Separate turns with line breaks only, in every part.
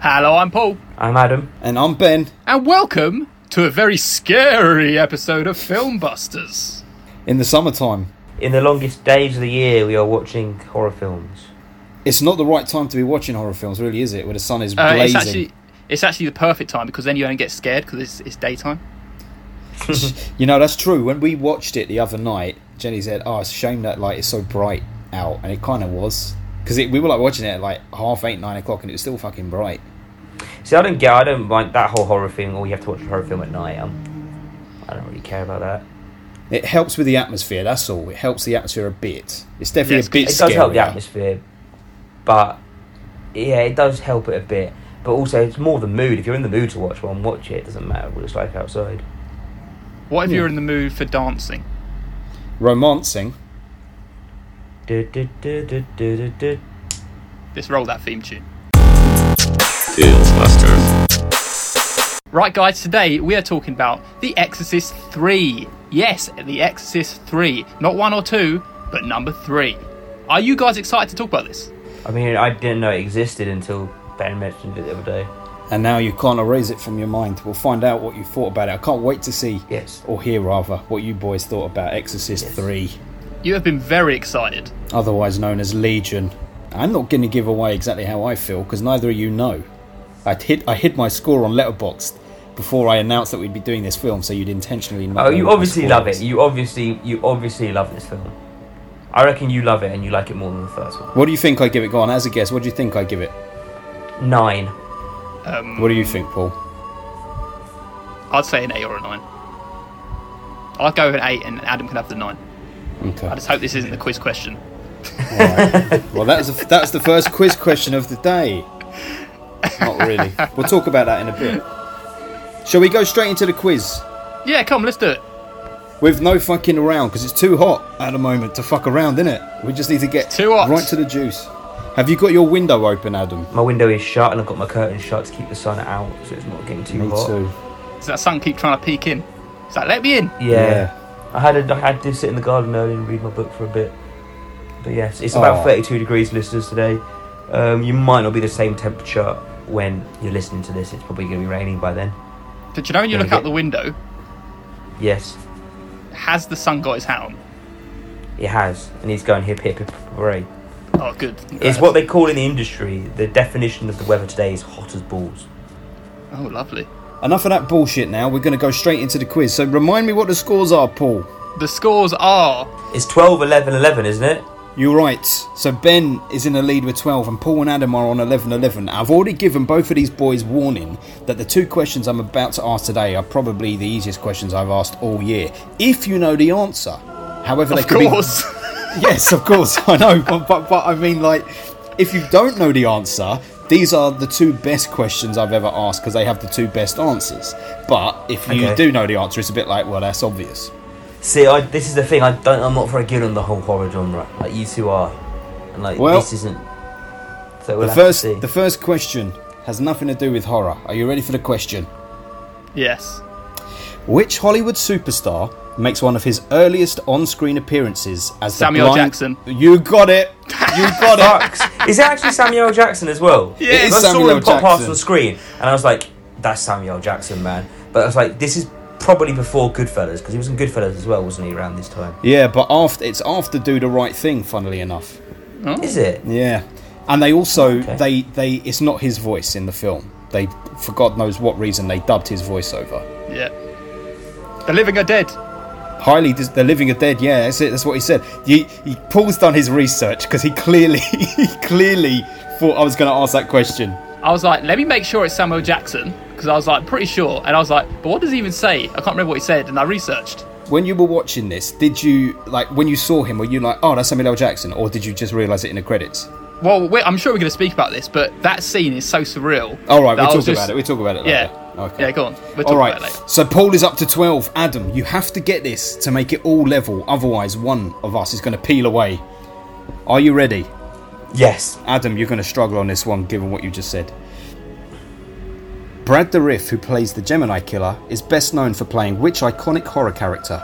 Hello, I'm Paul,
I'm Adam.
And I'm Ben.
and welcome to a very scary episode of Film Busters.
In the summertime,
In the longest days of the year, we are watching horror films.
it's not the right time to be watching horror films, really, is it? Where the sun is
Uh, it's
blazing.
actually it's actually the perfect time because then you don't get scared because it's, it's daytime.
You know, that's true. When we watched it the other night, Jenny said, "Oh, it's a shame that like it's so bright out," and it kind of was because we were like watching it at like half eight, nine o'clock, and it was still fucking bright.
See, I don't get, I don't mind that whole horror thing. Oh, you have to watch a horror film at night. Um, I don't really care about that.
It helps with the atmosphere. That's all. It helps the atmosphere a bit. It's definitely
Yes,
a bit.
It does help the
scarier.
atmosphere, but yeah, it does help it a bit. But also, it's more the mood. If you're in the mood to watch one, watch it. It doesn't matter what it's like outside.
What if
Yeah.
you're in the mood for dancing?
Romancing.
Du- du- du- du- du- du- du.
Let's roll that theme tune.
Busters.
Right, guys, today we are talking about The Exorcist 3. Yes, The Exorcist 3. Not one or two, but number three. Are you guys excited to talk about this?
I mean, I didn't know it existed until Ben mentioned it the other day.
And now you can't erase it from your mind. We'll find out what you thought about it. I can't wait to see,
Yes.
or hear rather, what you boys thought about Exorcist
Yes.
3.
You have been very excited.
otherwise known as Legion. I'm not going to give away exactly how I feel because neither of you know. I hid I hid my score on Letterboxd before I announced that we'd be doing this film, so you'd intentionally. Not
Oh,
know
you
my
obviously love it.
scores.
You obviously, you obviously love this film. I reckon you love it and you like it more than the first one.
What do you think I give it? Go on, as a guess, what do you think I give it?
Nine.
Um,
What do you think, Paul?
I'd say an 8 or a 9. I'll go with an 8 and Adam can have the 9.
Okay.
I just hope this isn't the quiz question.
Well, that's the- that's the first quiz question of the day. Not really. We'll talk about that in a bit. Shall we go straight into the quiz?
Yeah, come, let's do it.
With no fucking around, because it's too hot at the moment to fuck around, isn't it? We just need to get
It's too hot.
right to the juice. Have you got your window open, Adam?
My window is shut and I've got my curtains shut to keep the sun out so it's not getting too hot.
Does that sun keep trying to peek in? It's like, let me in.
Yeah. I had a, I had to sit in the garden early and read my book for a bit. But yes, it's
Aw.
about 32 degrees, listeners, today. Um, you might not be the same temperature when you're listening to this. It's probably going to be raining by then.
Did you know when you
Yeah,
look out
yeah.
the window,
Yes,
has the sun got his hat on?
it has. And he's going hip, hip, hip, hooray.
Oh, good.
It's what they call in the industry, the definition of the weather today is hot as balls.
Oh, lovely.
Enough of that bullshit now. We're going to go straight into the quiz. So remind me what the scores are, Paul.
The scores are
It's 12, 11, 11, isn't it?
You're right. So Ben is in the lead with 12, and Paul and Adam are on 11 11. I've already given both of these boys warning that the two questions I'm about to ask today are probably the easiest questions I've asked all year. If you know the answer. However,
Of
they could be-
course.
yes, of course, I know. But, but, but I mean, like, if you don't know the answer, these are the two best questions I've ever asked because they have the two best answers. But if you
Okay.
do know the answer, it's a bit like, well, that's obvious.
See, I, this is the thing. I don't. I'm not very good on the whole horror genre. Like you two are, and like
Well,
this isn't. So we'll
the
have
first,
to see.
the first question has nothing to do with horror. Are you ready for the question?
yes.
Which Hollywood superstar makes one of his earliest on-screen appearances as
Samuel
the blind-
Jackson.
You got it. You got it.
Fucks. is it actually Samuel Jackson as well?
Yeah, it is
I saw
Samuel
him pop past
Jackson.
on screen, and I was like, "That's Samuel Jackson, man." But I was like, "This is probably before Goodfellas because he was in Goodfellas as well, wasn't he? Around this time,
Yeah, but after it's after do the right thing. Funnily enough. Hmm?
is it?
Yeah, and they also
Okay.
they they it's not his voice in the film. They for God knows what reason they dubbed his voiceover.
Yeah. The living are dead.
Highly, dis- the living are dead. Yeah, that's it. That's what he said. He, he Paul's done his research because he clearly he clearly thought I was going to ask that question.
I was like, let me make sure it's Samuel Jackson because I was like pretty sure, and I was like, but what does he even say? I can't remember what he said, and I researched.
When you were watching this, did you like when you saw him? Were you like, oh, that's Samuel L. Jackson, or did you just realize it in the credits?
Well, we're, I'm sure we're going to speak about this, but that scene is so surreal.
All right,
that
we'll
I
talk
was
about
just-
it. We'll talk about it later.
Yeah.
Okay.
Yeah, go on. We'll talk
All
about it
right.
later.
So Paul is up to 12. Adam, you have to get this to make it all level. Otherwise, one of us is going to peel away. Are you ready?
Yes.
Adam, you're going to struggle on this one given what you just said. Brad the Riff, who plays the Gemini Killer, is best known for playing which iconic horror character?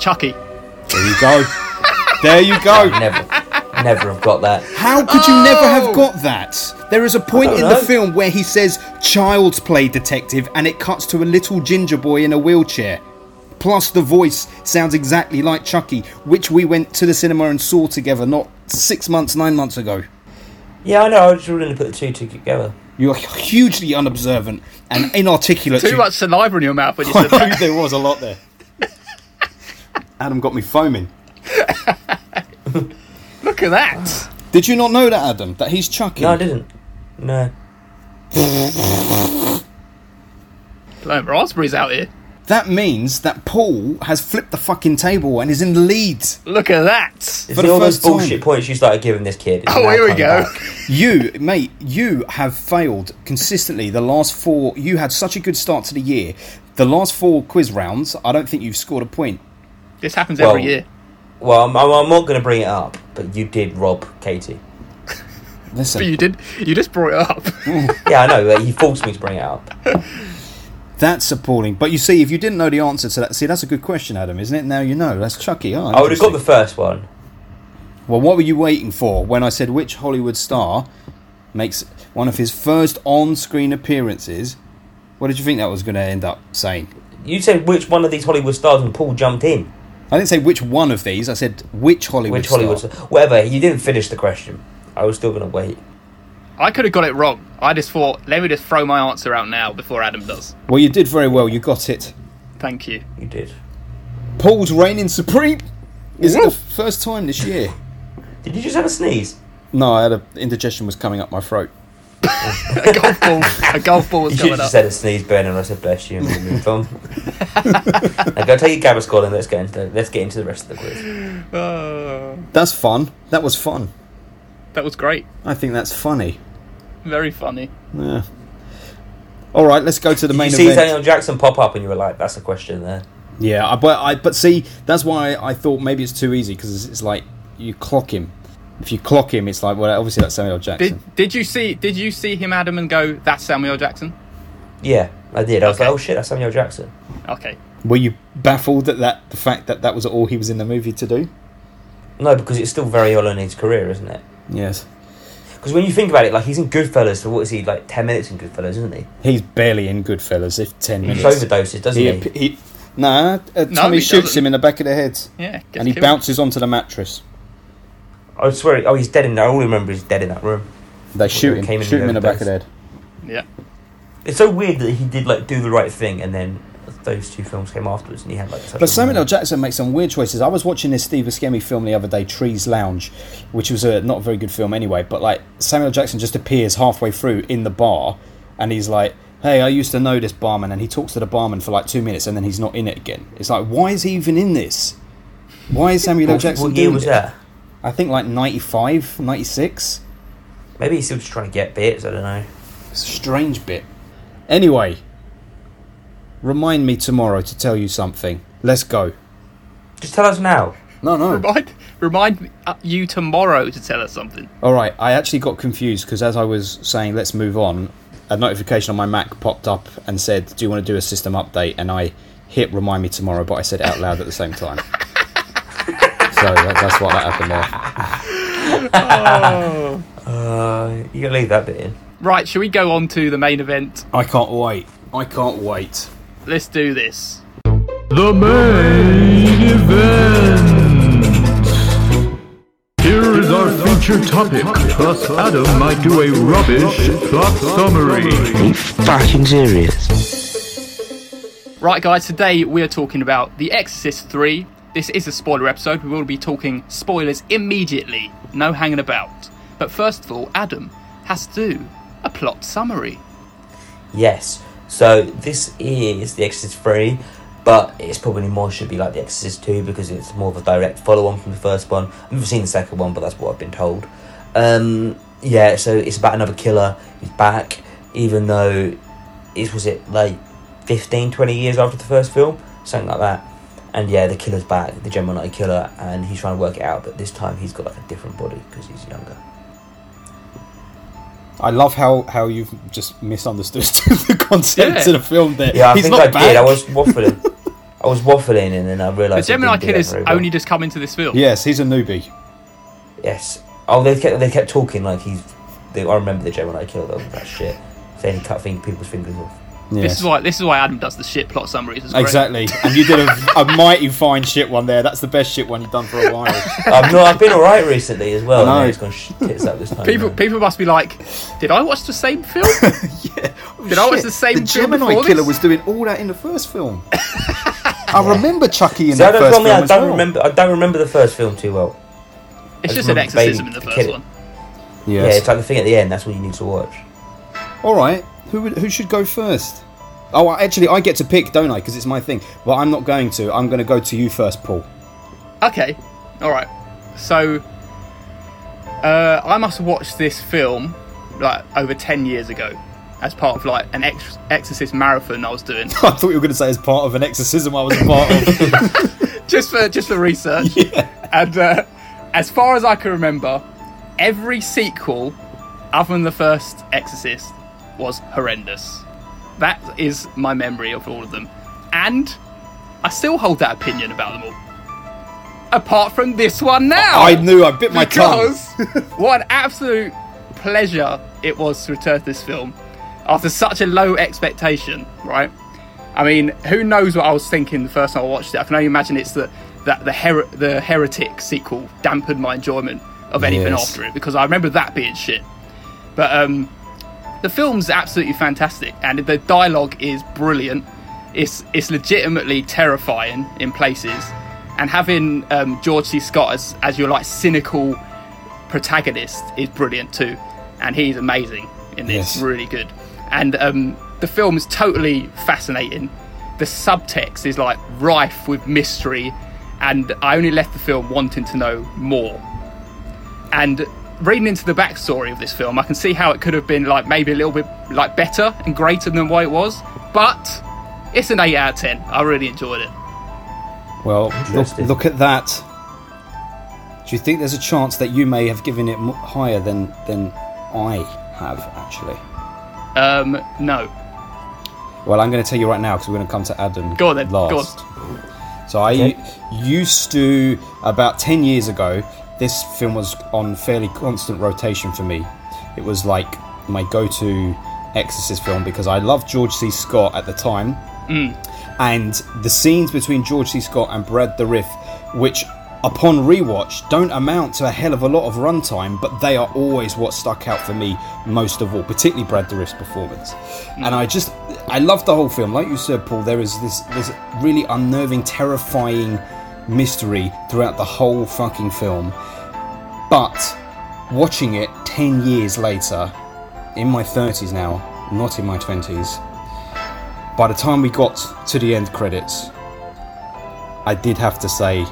Chucky.
There you go. there you go.
Never. never have got that.
How could you never have got that? There is a point
don't
in
know.
the film where he says child's play detective and it cuts to a little ginger boy in a wheelchair. Plus, the voice sounds exactly like Chucky, which we went to the cinema and saw together not six months, nine months ago.
Yeah, I know. I just really put the two together.
You're hugely unobservant and inarticulate.
Too
You-
much saliva in your mouth when you said
I know
that.
there was a lot there. Adam got me foaming.
Look at that.
Did you not know that, Adam? That he's Chucky?
No, I didn't. No.
Blimey, raspberries out here.
That means that Paul has flipped the fucking table and is in the lead.
Look at that.
It's
For the
all those
first time.
bullshit points you started giving this kid. It's
Oh,
now
here we
come
go.
back.
You, mate, you have failed consistently the last four. You had such a good start to the year. The last four quiz rounds, I don't think you've scored a point.
This happens
Well-
every year.
Well, I'm, I'm, I'm not going to bring it up, but you did rob Katie.
Listen,
But you did. You just brought it up.
Yeah, I know. Like, you forced me to bring it up.
that's appalling. But you see, if you didn't know the answer to that, see, that's a good question, Adam, isn't it? Now you know. That's Chucky. Oh,
I would have got the
interesting.
first one.
Well, what were you waiting for when I said which Hollywood star makes one of his first on-screen appearances? What did you think that was going to end up saying?
You said which one of these Hollywood stars, and Paul jumped in.
I didn't say which one of these. I said which Hollywood.
Which Hollywood
Star?
star? Whatever. You didn't finish the question. I was still going to wait.
I could have got it wrong. I just thought, let me just throw my answer out now before Adam does.
Well, you did very well. You got it.
Thank you.
You did.
Paul's reigning supreme. Is it the
Woof.
first time this year?
Did you just have a sneeze?
No, I had a indigestion was coming up my throat.
A golf ball. A golf ball
You
was
should
coming
have
up.
just said a sneeze, Ben, and I said bless you, and we moved on. now go take your Gaviscon and let's get into let's get into the rest of the quiz.
Oh,
That's fun. That was fun.
that was great.
I think that's funny.
Very funny.
Yeah. All right, let's go to the
Did
main
you see
event.
Daniel Jackson pop up, and you were like, "That's a question there."
Yeah, I, but I but see that's why I thought maybe it's too easy because it's, it's like you clock him. If you clock him, it's like well, obviously that's Samuel Jackson.
Did Did you see Did you see him, Adam, and go? That's Samuel Jackson.
Yeah, I did. I was
Okay.
like, "Oh shit, that's Samuel Jackson."
Okay.
Were you baffled at that the fact that that was all he was in the movie to do?
No, because it's still very early in his career, isn't it?
Yes,
Because when you think about it, like he's in Goodfellas. So what is he like? Ten minutes in Goodfellas, isn't he?
he's barely in Goodfellas. If ten
He
minutes,
overdoses, doesn't
he,
he?
ap- he nah, uh,
No,
Tommy
he
shoots
doesn't.
him in the back of the head,
Yeah. gets
and he
killed.
bounces onto the mattress.
I swear. Oh, he's dead in there. All I remember is dead in that room.
They shoot him,
came in
shoot him in the back of the
overdose.
head.
Yeah.
It's so weird that he did like do the right thing, and then those two films came afterwards, and he had like. Such
But
a-
Samuel L. Jackson makes some weird choices. I was watching this Steve Buscemi film the other day, Trees Lounge, which was a not a very good film anyway. But like Samuel Jackson just appears halfway through in the bar, and he's like, "Hey, I used to know this barman," and he talks to the barman for like two minutes, and then he's not in it again. It's like, why is he even in this? Why is Samuel L.
What,
Jackson?
what year
doing
was
it?
that?
I think like 95, 96.
Maybe he's still just trying to get bits. I don't know.
It's a strange bit. Anyway, remind me tomorrow to tell you something. Let's go.
Just tell us now.
No, no.
Remind Remind me- uh, you tomorrow to tell us something.
All right, I actually got confused because as I was saying, let's move on, a notification on my Mac popped up and said, Do you want to do a system update? And I hit remind me tomorrow, but I said it out loud at the same time. so that, that's what that happened there.
Uh, you gotta leave that bit in.
Right. Shall we go on to the main event?
I can't wait. I can't wait.
Let's do this.
The main event. Here is our feature topic, plus Adam might do a rubbish plot summary.
fucking serious?
Right, guys, today we are talking about The Exorcist 3. This is a spoiler episode. We will be talking spoilers immediately, no hanging about. But first of all, Adam has to do a plot summary.
Yes. So this is The Exorcist 3, but it's probably more should be like The Exorcist 2 because it's more of a direct follow on from the first one. I've never seen the second one, but that's what I've been told. Um, yeah, so it's about another killer. He's back, even though it was it like 15, 20 years after the first film, something like that. And yeah, the killer's back, the Gemini killer, and he's trying to work it out, but this time he's got like a different body because he's younger.
I love how, how you've just misunderstood the concept
Yeah.
of the film there.
Yeah, I
He's
think
not
I
back.
did. I was waffling. I was waffling, and then I
The
realised. I
Gemini
didn't do that
Killer's
very well.
only just come into this film.
Yes, he's a newbie.
Yes, Oh, they kept they kept talking like he's. They, I remember the Gemini killer though. That shit. Saying he cut thing, people's fingers off.
This is why this is why Adam does the shit plot summaries. It's great.
Exactly, and you did a, a mighty fine shit one there. That's the best shit one you've done for a while.
Um, no, I've been all right recently as well.
I know.
and It's gone sh- tits up this time.
People
man.
people must be like, did I watch the same film? Did I watch the same
The
film
Gemini
before
Killer
this?
was doing all that in the first film. I remember Chucky in
See, I
the
don't,
first
tell me,
film.
I
as
don't
well.
remember. I don't remember the first film too well.
It's
I
just
just
an
remember Bailey
exorcism in the first one.
killing- Yeah,
Yes.
it's like the thing at the end. That's what you need to watch.
All right. Who would, who should go first? Oh, I- actually, I get to pick, don't I? Because it's my thing. Well, I'm not going to. I'm going to go to you first, Paul.
Okay, all right. So, uh, I must watch this film like over ten years ago, as part of like an ex- Exorcist marathon I was doing,
I thought you were going to say as part of an exorcism I was a part of.
just for just for research. And uh, as far as I can remember, every sequel, other than the first Exorcist, was horrendous. That is my memory of all of them, and I still hold that opinion about them all. Apart from this one now,
I knew. I bit my tongue.
because what an absolute pleasure it was to return to this film after such a low expectation, right? I mean, who knows what I was thinking the first time I watched it? I can only imagine it's the that the her- the heretic sequel dampened my enjoyment of anything
Yes.
after it because I remember that being shit. But um, the film's absolutely fantastic, and the dialogue is brilliant. It's it's legitimately terrifying in places, and having um, George C. Scott as, as your like cynical protagonist is brilliant too, and he's amazing in this,
Yes.
really good. And um, the film is totally fascinating. The subtext is like rife with mystery, and I only left the film wanting to know more and reading into the backstory of this film, I can see how it could have been like maybe a little bit like better and greater than what it was. But it's an eight out of ten. I really enjoyed it.
Well, look,
Interesting.
look at that. Do you think there's a chance that you may have given it mo- higher than than I have actually?
Um, no,
Well, I'm going to tell you right now because we're going to come to Adam.
Go on then, go on.
Last. So I used to about ten years ago. This film was on fairly constant rotation for me. It was like my go-to Exorcist film because I loved George C. Scott at the time, and the scenes between George C. Scott and Brad the Riff, which upon rewatch don't amount to a hell of a lot of runtime, but they are always what stuck out for me most of all, particularly Brad the Riff's performance. And I just I love the whole film. Like you said, Paul, there is this this really unnerving, terrifying mystery throughout the whole fucking film. But watching it 10 years later, in my 30s now, not in my 20s, by the time we got to the end credits, I did have to say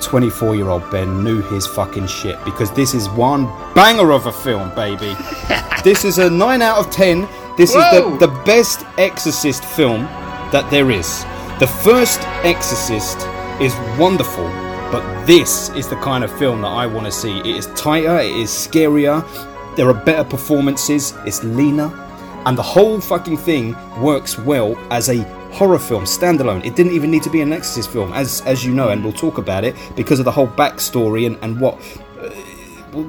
24 year old Ben knew his fucking shit because this is one banger of a film, baby. this is a 9 out of 10. This
Whoa.
is the, the best Exorcist film that there is. The first Exorcist is wonderful, but this is the kind of film that I want to see. It is tighter, it is scarier, there are better performances, it's leaner and the whole fucking thing works well as a horror film standalone it didn't even need to be an exorcist film as as you know and we'll talk about it because of the whole backstory and and what uh,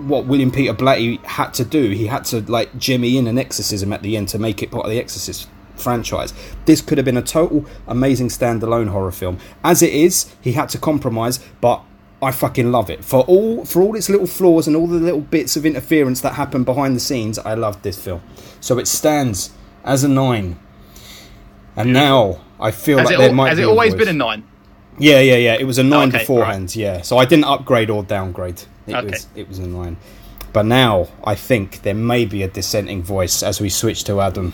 what William Peter Blatty had to do he had to like jimmy in an exorcism at the end to make it part of the exorcist franchise this could have been a total amazing standalone horror film as it is he had to compromise but I fucking love it for all for all its little flaws and all the little bits of interference that happen behind the scenes. I loved this film, so it stands as a nine. And now I feel
has
like
it,
there
al-
might
has
be
it
a
always
void.
been a nine?
Yeah, yeah, yeah. It was a nine
Okay,
beforehand. Yeah, so I didn't upgrade or downgrade. It
Okay.
was it was a nine. But now I think there may be a dissenting voice as we switch to Adam.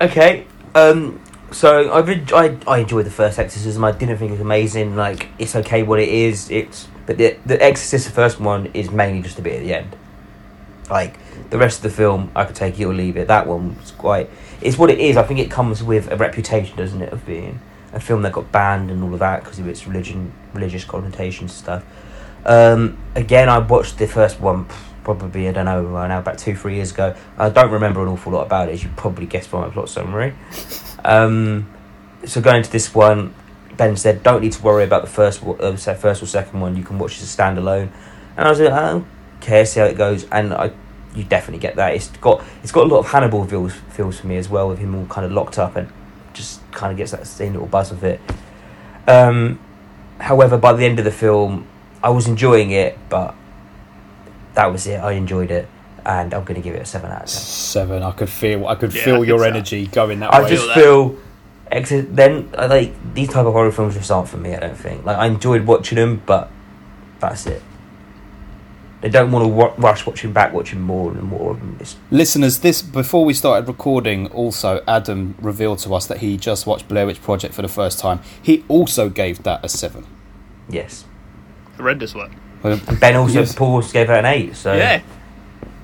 Okay. Um. So I've en- I, I enjoyed the first Exorcism. I didn't think it was amazing. Like it's okay what it is. It's but the the Exorcist the first one is mainly just a bit at the end. Like the rest of the film, I could take it or leave it. That one was quite. It's what it is. I think it comes with a reputation, doesn't it, of being a film that got banned and all of that because of its religion, religious connotations and stuff. Um, again, I watched the first one probably I don't know right now about two three years ago. I don't remember an awful lot about it, as you probably guessed from my plot summary. Um, so going to this one, Ben said, don't need to worry about the first, wo- uh, se- first or second one. You can watch as a standalone. And I was like, I don't care, see how it goes. And I, you definitely get that. It's got it's got a lot of Hannibal feels feels for me as well, with him all kind of locked up and just kind of gets that same little buzz of it. Um, however, by the end of the film, I was enjoying it, but that was it. I enjoyed it, and I'm going to give it a seven out of ten.
Seven. I could feel. I could
Yeah, I
feel
think
your
so.
energy going that
I
way.
just
that.
feel exit. Then I like these type of horror films just aren't for me. I don't think. Like I enjoyed watching them, but that's it. They don't want to wa- rush watching back, watching more and more of them. It's,
Listeners, this before we started recording, also Adam revealed to us that he just watched Blair Witch Project for the first time. He also gave that a seven.
yes.
Horrendous one.
Well,
Ben also
Yes.
Paul gave it an eight. So
Yeah.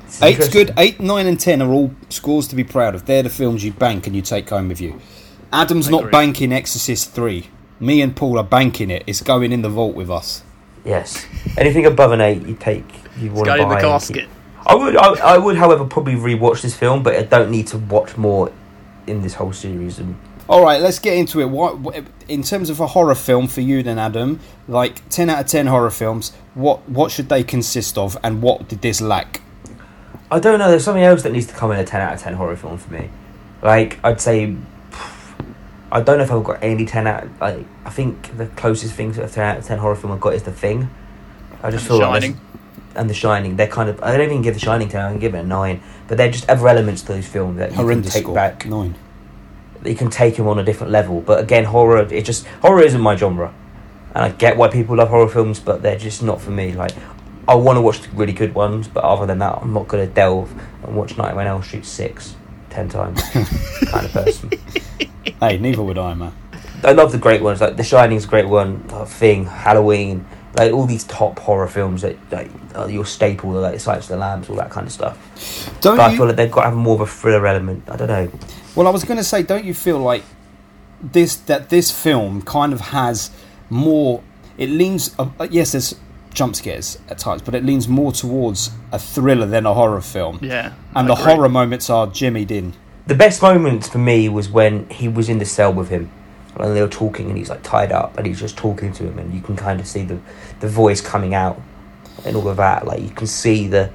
it's
Eight's
interesting.
good. Eight, nine, and ten are all scores to be proud of. They're the films you bank and you take home with you. Adam's not
agree.
banking Exorcist three. Me and Paul are banking it. It's going in the vault with us.
Yes. Anything above an eight, you take. You want to
Got
buy
in the
and
casket.
keep- I would. I, I would, however, probably rewatch this film, but I don't need to watch more in this whole series. And
All right, let's get into it. What, what in terms of a horror film for you then, Adam? Like ten out of ten horror films. What what should they consist of, and what did this lack?
I don't know. There's something else that needs to come in a ten out of ten horror film for me. Like I'd say, I don't know if I've got any ten out. Like I think the closest thing to a ten out of ten horror film I've got is The Thing. I just
The
feel like this-
Shining.
and The Shining. They're kind of. I don't even give The Shining ten. I can give it a nine. But they're just other elements to those films that you
Horrendous
can take
score.
back.
Nine.
that you can take him on a different level. But again, horror it just horror isn't my genre, and I get why people love horror films, but they're just not for me. Like I want to watch the really good ones, but other than that, I'm not going to delve and watch Nightmare on Elm Street six ten times kind of person.
Hey, neither would I, man.
I love the great ones like The Shining's a great one, uh, Thing, Halloween, like all these top horror films that like are your staple, like Silence of the Lambs, all that kind of stuff.
Don't
But I
you?
feel like they've got to have more of a thriller element. I don't know.
Well, I was going to say, don't you feel like this that this film kind of has more? It leans uh, uh, yes, there's jump scares at times, but it leans more towards a thriller than a horror film.
Yeah.
and
I
the
agree.
horror moments are jimmied in.
the best moments for me was when he was in the cell with him and they were talking and he's like tied up and he's just talking to him and you can kind of see the the voice coming out and all of that like you can see the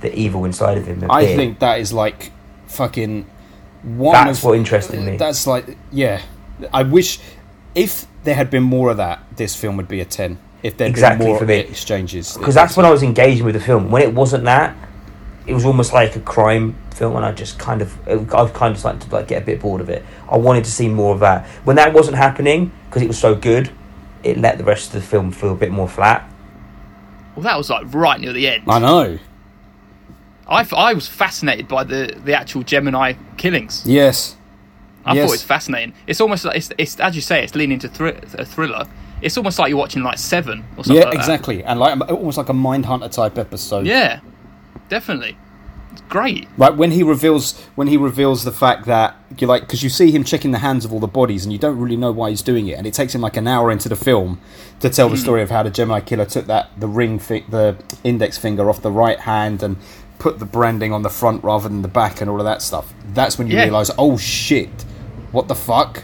the evil inside of him
I
appear.
think that is like fucking one
that's
of
what interested me
that's like yeah. I wish if there had been more of that, this film would be a ten. If there had
Exactly,
been more
for me.
exchanges,
because that's when I was engaging with the film when it wasn't that it was almost like a crime film and I just kind of I've kind of started to like get a bit bored of it I wanted to see more of that when that wasn't happening because it was so good it let the rest of the film feel a bit more flat
Well, that was like right near the end.
I know.
I, f- I was fascinated by the, the actual Gemini killings.
Yes.
I
Yes.
thought it's fascinating. It's almost like it's, it's as you say, it's leaning to thr- a thriller. It's almost like you're watching like Seven or something.
Yeah,
like that.
exactly. And like almost like a Mindhunter type episode.
Yeah, definitely. It's great.
Like when he reveals when he reveals the fact that you like because you see him checking the hands of all the bodies and you don't really know why he's doing it and it takes him like an hour into the film to tell the
Mm.
story of how the Gemini killer took that the ring fi- the index finger off the right hand and put the branding on the front rather than the back and all of that stuff. That's when you
Yeah.
realize, oh shit, what the fuck?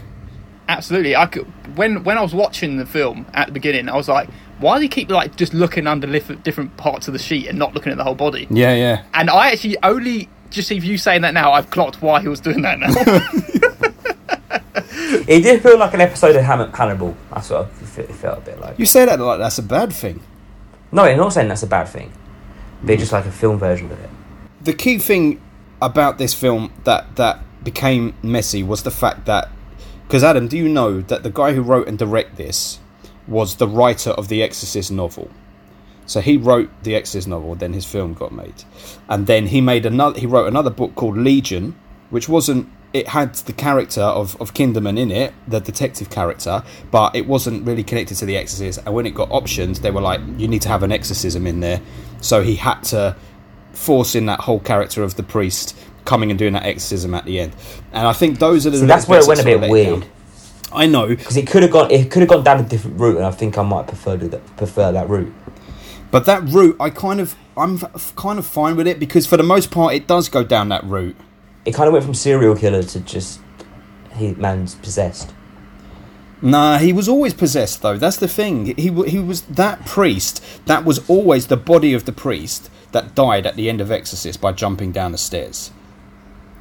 Absolutely. I could, when when I was watching the film at the beginning, I was like, why do they keep like just looking under lif- different parts of the sheet and not looking at the whole body?
Yeah, yeah.
And I actually only just see you saying that now. I've clocked why he was doing that now.
It did feel like an episode of Hann- Hannibal. That's what I f- it felt a bit like.
You say that like that's a bad thing.
No, I'm not saying that's a bad thing. They're just like a film version of it.
the key thing about this film that that became messy was the fact that because Adam, do you know that the guy who wrote and directed this was the writer of the Exorcist novel? So he wrote the Exorcist novel, then his film got made, and then he made another. He wrote another book called Legion, which wasn't. It had the character of of Kinderman in it, the detective character, but it wasn't really connected to the Exorcist. And when it got optioned, they were like, "You need to have an exorcism in there," so he had to force in that whole character of the priest coming and doing that exorcism at the end. And I think those are the.
So that's where it
little
went a
bits that
bit
sort of let
weird
it down. I know,
because it could have gone. It could have gone down a different route, and I think I might prefer to that, prefer that route.
But that route, I kind of, I'm f- kind of fine with it because for the most part, it does go down that route.
It kind of went from serial killer to just he man's possessed.
Nah, he was always possessed, though. That's the thing. He wa- he was that priest. That was always the body of the priest that died at the end of Exorcist by jumping down the stairs.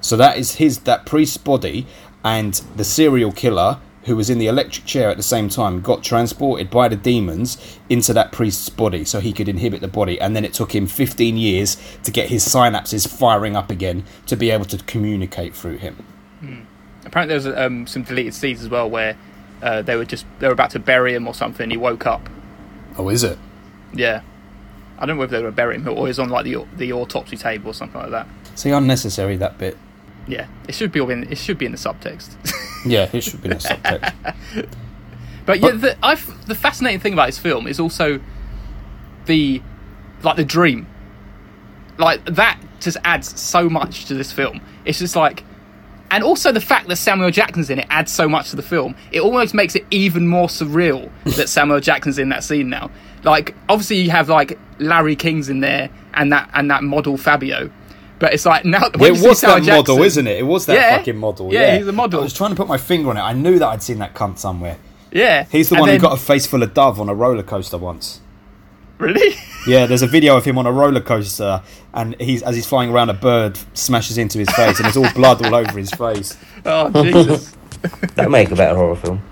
So that is his that priest's body, and the serial killer who was in the electric chair at the same time got transported by the demons into that priest's body so he could inhibit the body and then it took him 15 years to get his synapses firing up again to be able to communicate through him
Apparently, there was um, some deleted scenes as well where uh, they were just they were about to bury him or something. He woke up.
oh is it
Yeah, I don't know whether they were burying him or he was on like the au- the autopsy table or something like that.
see unnecessary that bit
Yeah, it should be all in it should be in the subtext.
yeah it should be in the subtext
But yeah, the, I've, the fascinating thing about this film is also the like the dream, like that just adds so much to this film. It's just like, and also the fact that Samuel Jackson's in it adds so much to the film. It almost makes it even more surreal that Samuel Jackson's in that scene now. Like, obviously you have like Larry King's in there and that and that model Fabio, but it's like now when you
It
see
was
Samuel
that model,
Jackson-
isn't it? It was that
Yeah.
fucking model.
Yeah,
Yeah,
he's a model.
I was trying to put my finger on it. I knew that I'd seen that cunt somewhere.
Yeah,
He's the
And
one
then-
who got a face full of dove on a roller coaster once.
really.
Yeah, there's a video of him on a roller coaster, and he's as he's flying around, a bird smashes into his face, and it's all blood all over his face.
oh Jesus.
That make a better horror film.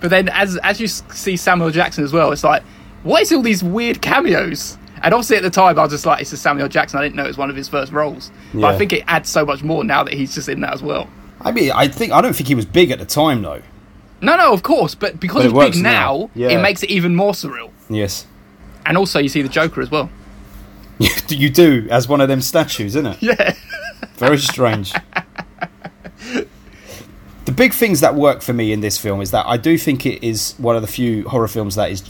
But then, as as you s- see Samuel Jackson as well, it's like, what is all these weird cameos? And obviously, at the time, I was just like, it's just Samuel Jackson. I didn't know it was one of his first roles. But I
Yeah.
think it adds so much more now that he's just in that as well.
I mean, I think I don't think he was big at the time though.
No, no, of course. But because
But it
it's
works
big now,
now. Yeah.
it makes it even more surreal.
Yes,
And also, you see the Joker as well.
you do as one of them statues, isn't it?
Yeah.
Very strange. the big things that work for me in this film is that I do think it is one of the few horror films that is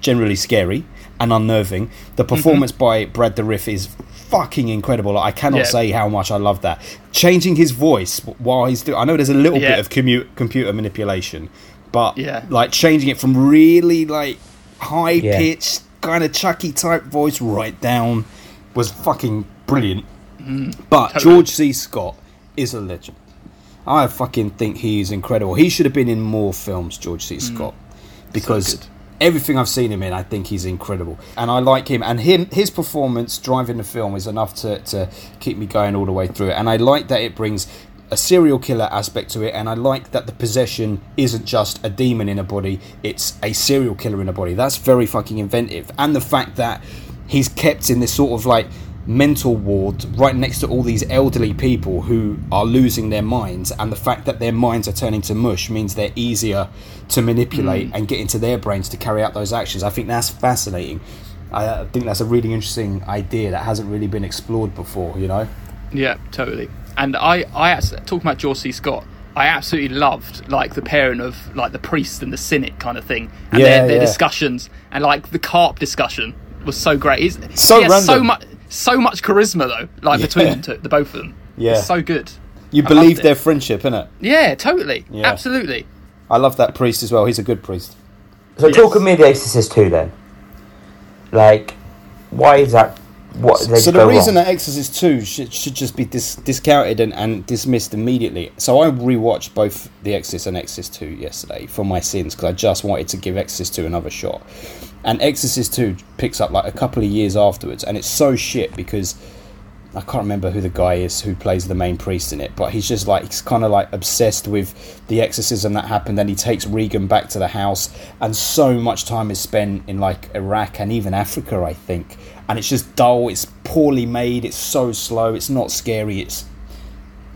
generally scary and unnerving. The
Mm-hmm.
performance by Brad the Riff is fucking incredible. Like, I cannot
Yeah.
say how much I love that. Changing his voice while he's doing I know there's a little
Yeah.
bit of commu- computer manipulation, but
Yeah.
like changing it from really like high
Yeah.
pitched kind of chucky type voice right down was fucking brilliant. But
Totally.
George C. Scott is a legend. I fucking think he is incredible. He should have been in more films, George C. Scott, because
Mm. good.
everything I've seen him in, I think he's incredible, and I like him. And him, his performance driving the film is enough to to keep me going all the way through it. And I like that it brings a serial killer aspect to it, and I like that the possession isn't just a demon in a body; it's a serial killer in a body. That's very fucking inventive, and the fact that he's kept in this sort of like mental ward right next to all these elderly people who are losing their minds and the fact that their minds are turning to mush means they're easier to
Mm.
manipulate and get into their brains to carry out those actions i think that's fascinating i uh, think that's a really interesting idea that hasn't really been explored before you know
Yeah, totally. And I, I abs- talking about George C. Scott, I absolutely loved like the pairing of like the priest and the cynic kind of thing, and
Yeah,
their, their
yeah.
discussions, and like the carp discussion was so great. He's,
So
he has so
random.
much, so much charisma though, like between the, two, the both of them.
Yeah.
It's so good.
you
I
believe
loved it.
their friendship innit
Yeah, totally,
Yeah.
absolutely.
i love that priest as well he's a good priest
So
Yes.
talking me of the Exorcist two then. Like, why is that? What did they
so
go
the reason
wrong?
that Exorcist Two should, should just be dis- discounted and, and dismissed immediately. So I rewatched both The Exorcist and Exorcist Two yesterday for my sins because I just wanted to give Exorcist Two another shot. And Exorcist Two picks up like a couple of years afterwards, and it's so shit because I can't remember who the guy is who plays the main priest in it, but he's just like he's kind of like obsessed with the exorcism that happened. Then he takes Regan back to the house, and so much time is spent in like Iraq and even Africa, I think. And it's just dull. It's poorly made. It's so slow. It's not scary. It's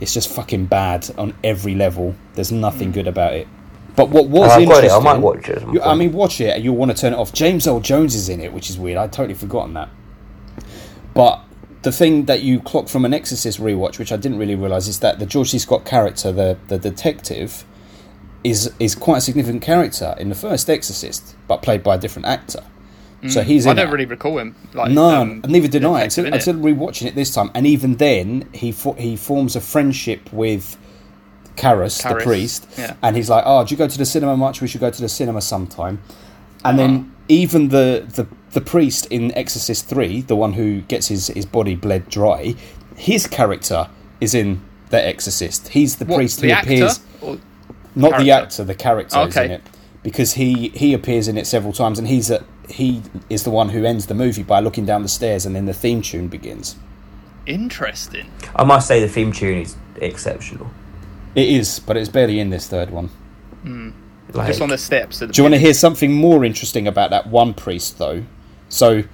it's just fucking bad on every level. There's nothing
Mm.
good about it. But what was
I've got
interesting,
it. I might watch it at some
You- I
point.
mean, watch it, and you'll want to turn it off. James Earl Jones is in it, which is weird. I'd totally forgotten that. But the thing that you clock from an Exorcist rewatch, which I didn't really realize, is that the George C. Scott character, the the detective, is is quite a significant character in the first Exorcist, but played by a different actor. So he's.
Mm. I
in
don't
it.
really recall him. Like
No,
um,
neither did I.
detective
Until,
in it.
until rewatching it this time, and even then, he fo- he forms a friendship with Karras, the
Karras,
priest,
yeah.
and he's like, "Oh, do you go to the cinema much? We should go to the cinema sometime." And
Ah.
then even the, the the priest in Exorcist Three, the one who gets his his body bled dry, his character is in The Exorcist. He's the
What,
priest
the
who
actor
appears.
or
not the
character?
actor, the character is in
Okay.
it because he he appears in it several times, and he's a, he is the one who ends the movie by looking down the stairs, and then the theme tune begins.
Interesting.
I must say the theme tune is exceptional.
It is, but it's barely in this third one.
Like,
Just on the steps. Of the
Do you want to hear something more interesting about that one priest, though? So,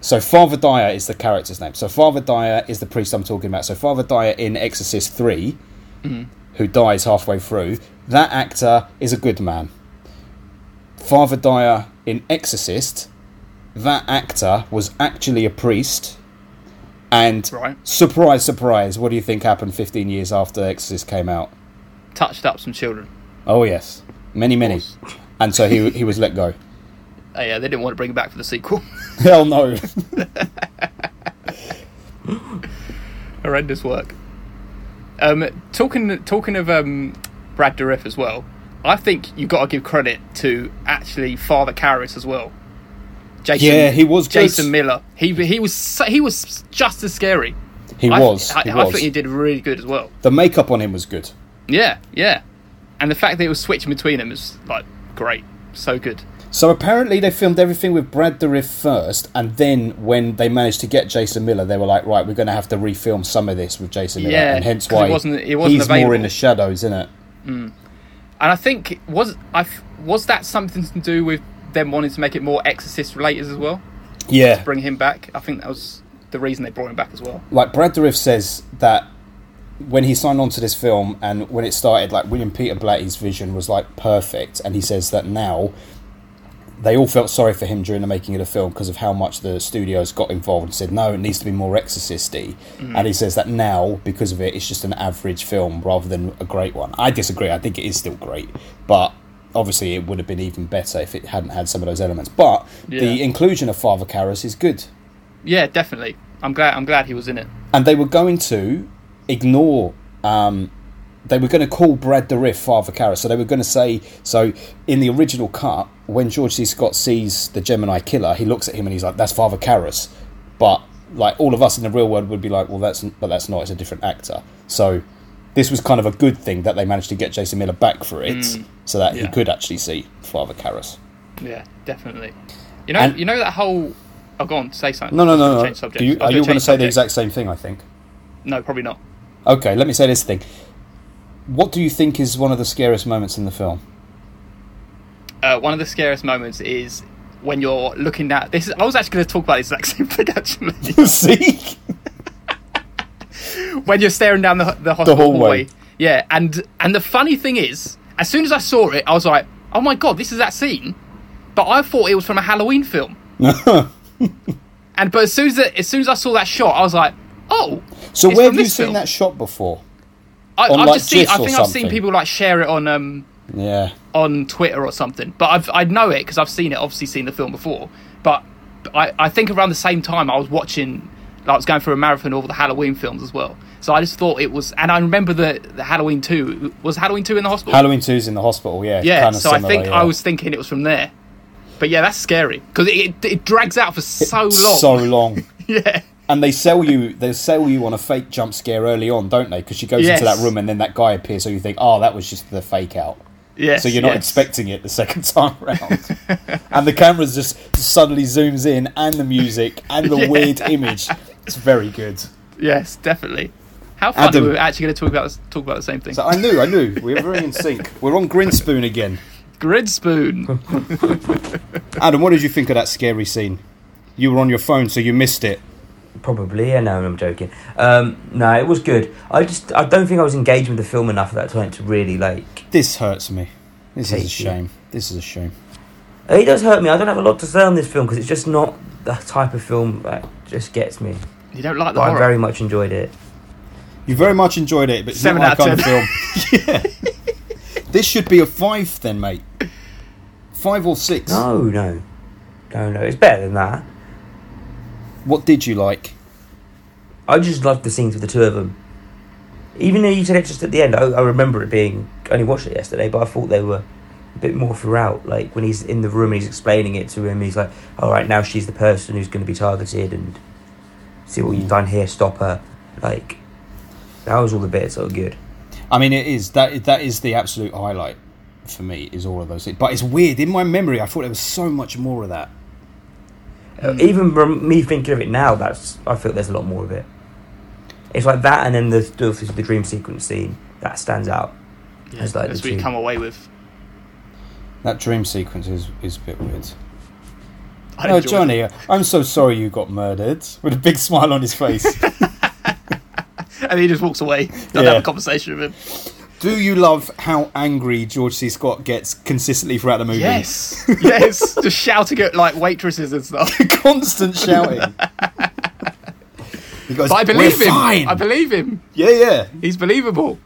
so Father Dyer is the character's name. So Father Dyer is the priest I'm talking about. So Father Dyer in Exorcist 3 who dies halfway through, that actor is a good man. Father Dyer in Exorcist, that actor was actually a priest. And
Right.
surprise, surprise, what do you think happened 15 years after Exorcist came out?
touched up some children.
Oh yes, many, many. And so he he was let go.
Oh, yeah, they didn't want to bring it back for the sequel.
Hell no.
Horrendous work. Um, talking talking of um, Brad Dourif as well, I think you've got to give credit to actually Father Karras as well. Jason,
Yeah, he was good.
Jason Miller. He he was so- he was just as scary.
He
I-
was.
I,
he
I
was.
think he did really good as well.
The makeup on him was good.
Yeah, yeah. And the fact that it was switching between them is like great, so good.
So apparently they filmed everything with Brad Dourif first, and then when they managed to get Jason Miller, they were like, right, we're going to have to refilm some of this with Jason Miller,
Yeah,
and hence
'cause it
why
wasn't- it wasn't
he's more in
available.
the shadows, isn't it?
And I think it was I f- was that something to do with them wanting to make it more Exorcist related as well.
Yeah.
Bring him back. I think that was the reason they brought him back as well.
Like Brad Dourif says that when he signed on to this film and when it started, like William Peter Blatty's vision was like perfect, and he says that now they all felt sorry for him during the making of the film because of how much the studios got involved and said no, it needs to be more exorcisty. And he says that now because of it, it's just an average film rather than a great one. I disagree. I think it is still great, but obviously it would have been even better if it hadn't had some of those elements. But the
Yeah.
inclusion of Father Karras is good
Yeah, definitely. I'm glad. I'm glad he was in it.
and they were going to ignore um, they were going to call Brad Dourif Father Karras. So they were going to say so in the original cut when George C. Scott sees the Gemini killer, he looks at him and he's like, "That's Father Karras," but like all of us in the real world would be like, "Well, that's but that's not. It's a different actor." So this was kind of a good thing that they managed to get Jason Miller back for it, so that he
Mm. yeah.
could actually see Father Karras.
Yeah, definitely. You know,
And-
you know that whole. Oh, go on, say something.
No,
I
no,
was
no,
gonna
no.
change subject.
Do
I
you,
was
are you going
change
to say the
subject.
exact same thing? I think.
No, probably not.
Okay, let me say this thing. What do you think is one of the scariest moments in the film?
Uh, one of the scariest moments is when you're looking at this. Is, I was actually going to talk about the exact same thing actually.
See?
when you're staring down the the hospital
hallway.
hallway. Yeah, and and the funny thing is, as soon as I saw it, I was like, "Oh my god, this is that scene," but I thought it was from a Halloween film. and but as soon as the, as soon as I saw that shot, I was like, "Oh."
So
it's
where
from
have you
this
seen
film.
that shot before?
I,
on,
I've
like,
just seen.
GIFs
I
or
think I've seen
something?
people like share it on um
Yeah.
on Twitter or something. But I've I know it because I've seen it. Obviously, seen the film before. But I I think around the same time I was watching. Like, I was going through a marathon of all the Halloween films as well. So I just thought it was, and I remember the, the Halloween two was Halloween two in the hospital.
Halloween 2's in the hospital, yeah.
yeah,
kinda
so
similar,
I think
yeah.
I was thinking it was from there. But yeah, that's scary because it, it it drags out for so long.
So long.
yeah,
And they sell you they sell you on a fake jump scare early on, don't they? Because she goes
Yes.
into that room and then that guy appears, so you think, oh, that was just the fake out.
yeah.
so you're not expecting it the second time round. and the camera just suddenly zooms in, and the music, and the weird image. It's very good.
Yes, definitely. How funny
Adam-
we were actually going to talk about this- talk about the same thing.
So I knew, I knew. We were very in sync. We're on Grinspoon again.
Grid spoon.
Adam, what did you think of that scary scene? You were on your phone, so you missed it.
Probably, yeah, no, I'm joking. Um, no, it was good. I just, I don't think I was engaged with the film enough at that time to really like.
This hurts me. This is
Hate
a
you.
shame. This is a shame.
It does hurt me. I don't have a lot to say on this film because it's just not the type of film that just gets me.
You don't like the
But I
horror.
very much enjoyed it.
You very much enjoyed it, but it's
Seven
not my
out of
kind of film. yeah. This should be a five, then, mate. Five or six.
No, no, no, no. It's better than that.
What did you like?
I just loved the scenes with the two of them. Even though you said it just at the end, I, I remember it being. I only watched it yesterday, but I thought they were a bit more throughout. Like when he's in the room and he's explaining it to him, he's like, "All right, now she's the person who's going to be targeted, and see what
Mm.
you've done here. Stop her." Like that was all the bits that were good.
I mean, it is that that is the absolute highlight for me is all of those things. But it's weird. In my memory, I thought there was so much more of that.
Uh,
Mm.
Even from me thinking of it now, that's I feel there's a lot more of it. It's like that, and then the stuff is the dream sequence scene that stands out.
Yeah,
It's like
that's
the
what you
two-
come away with.
That dream sequence is, is a bit weird.
I
Oh,
enjoyed it.
Johnny, I'm so sorry you got murdered. With a big smile on his face.
And he just walks away. Don't
Yeah.
have a conversation with him.
Do you love how angry George C. Scott gets consistently throughout the movie?
Yes. yes. Just shouting at like waitresses and stuff.
Constant shouting. He goes,
But I believe
"We're
him.
fine."
I believe him.
yeah, yeah.
He's believable.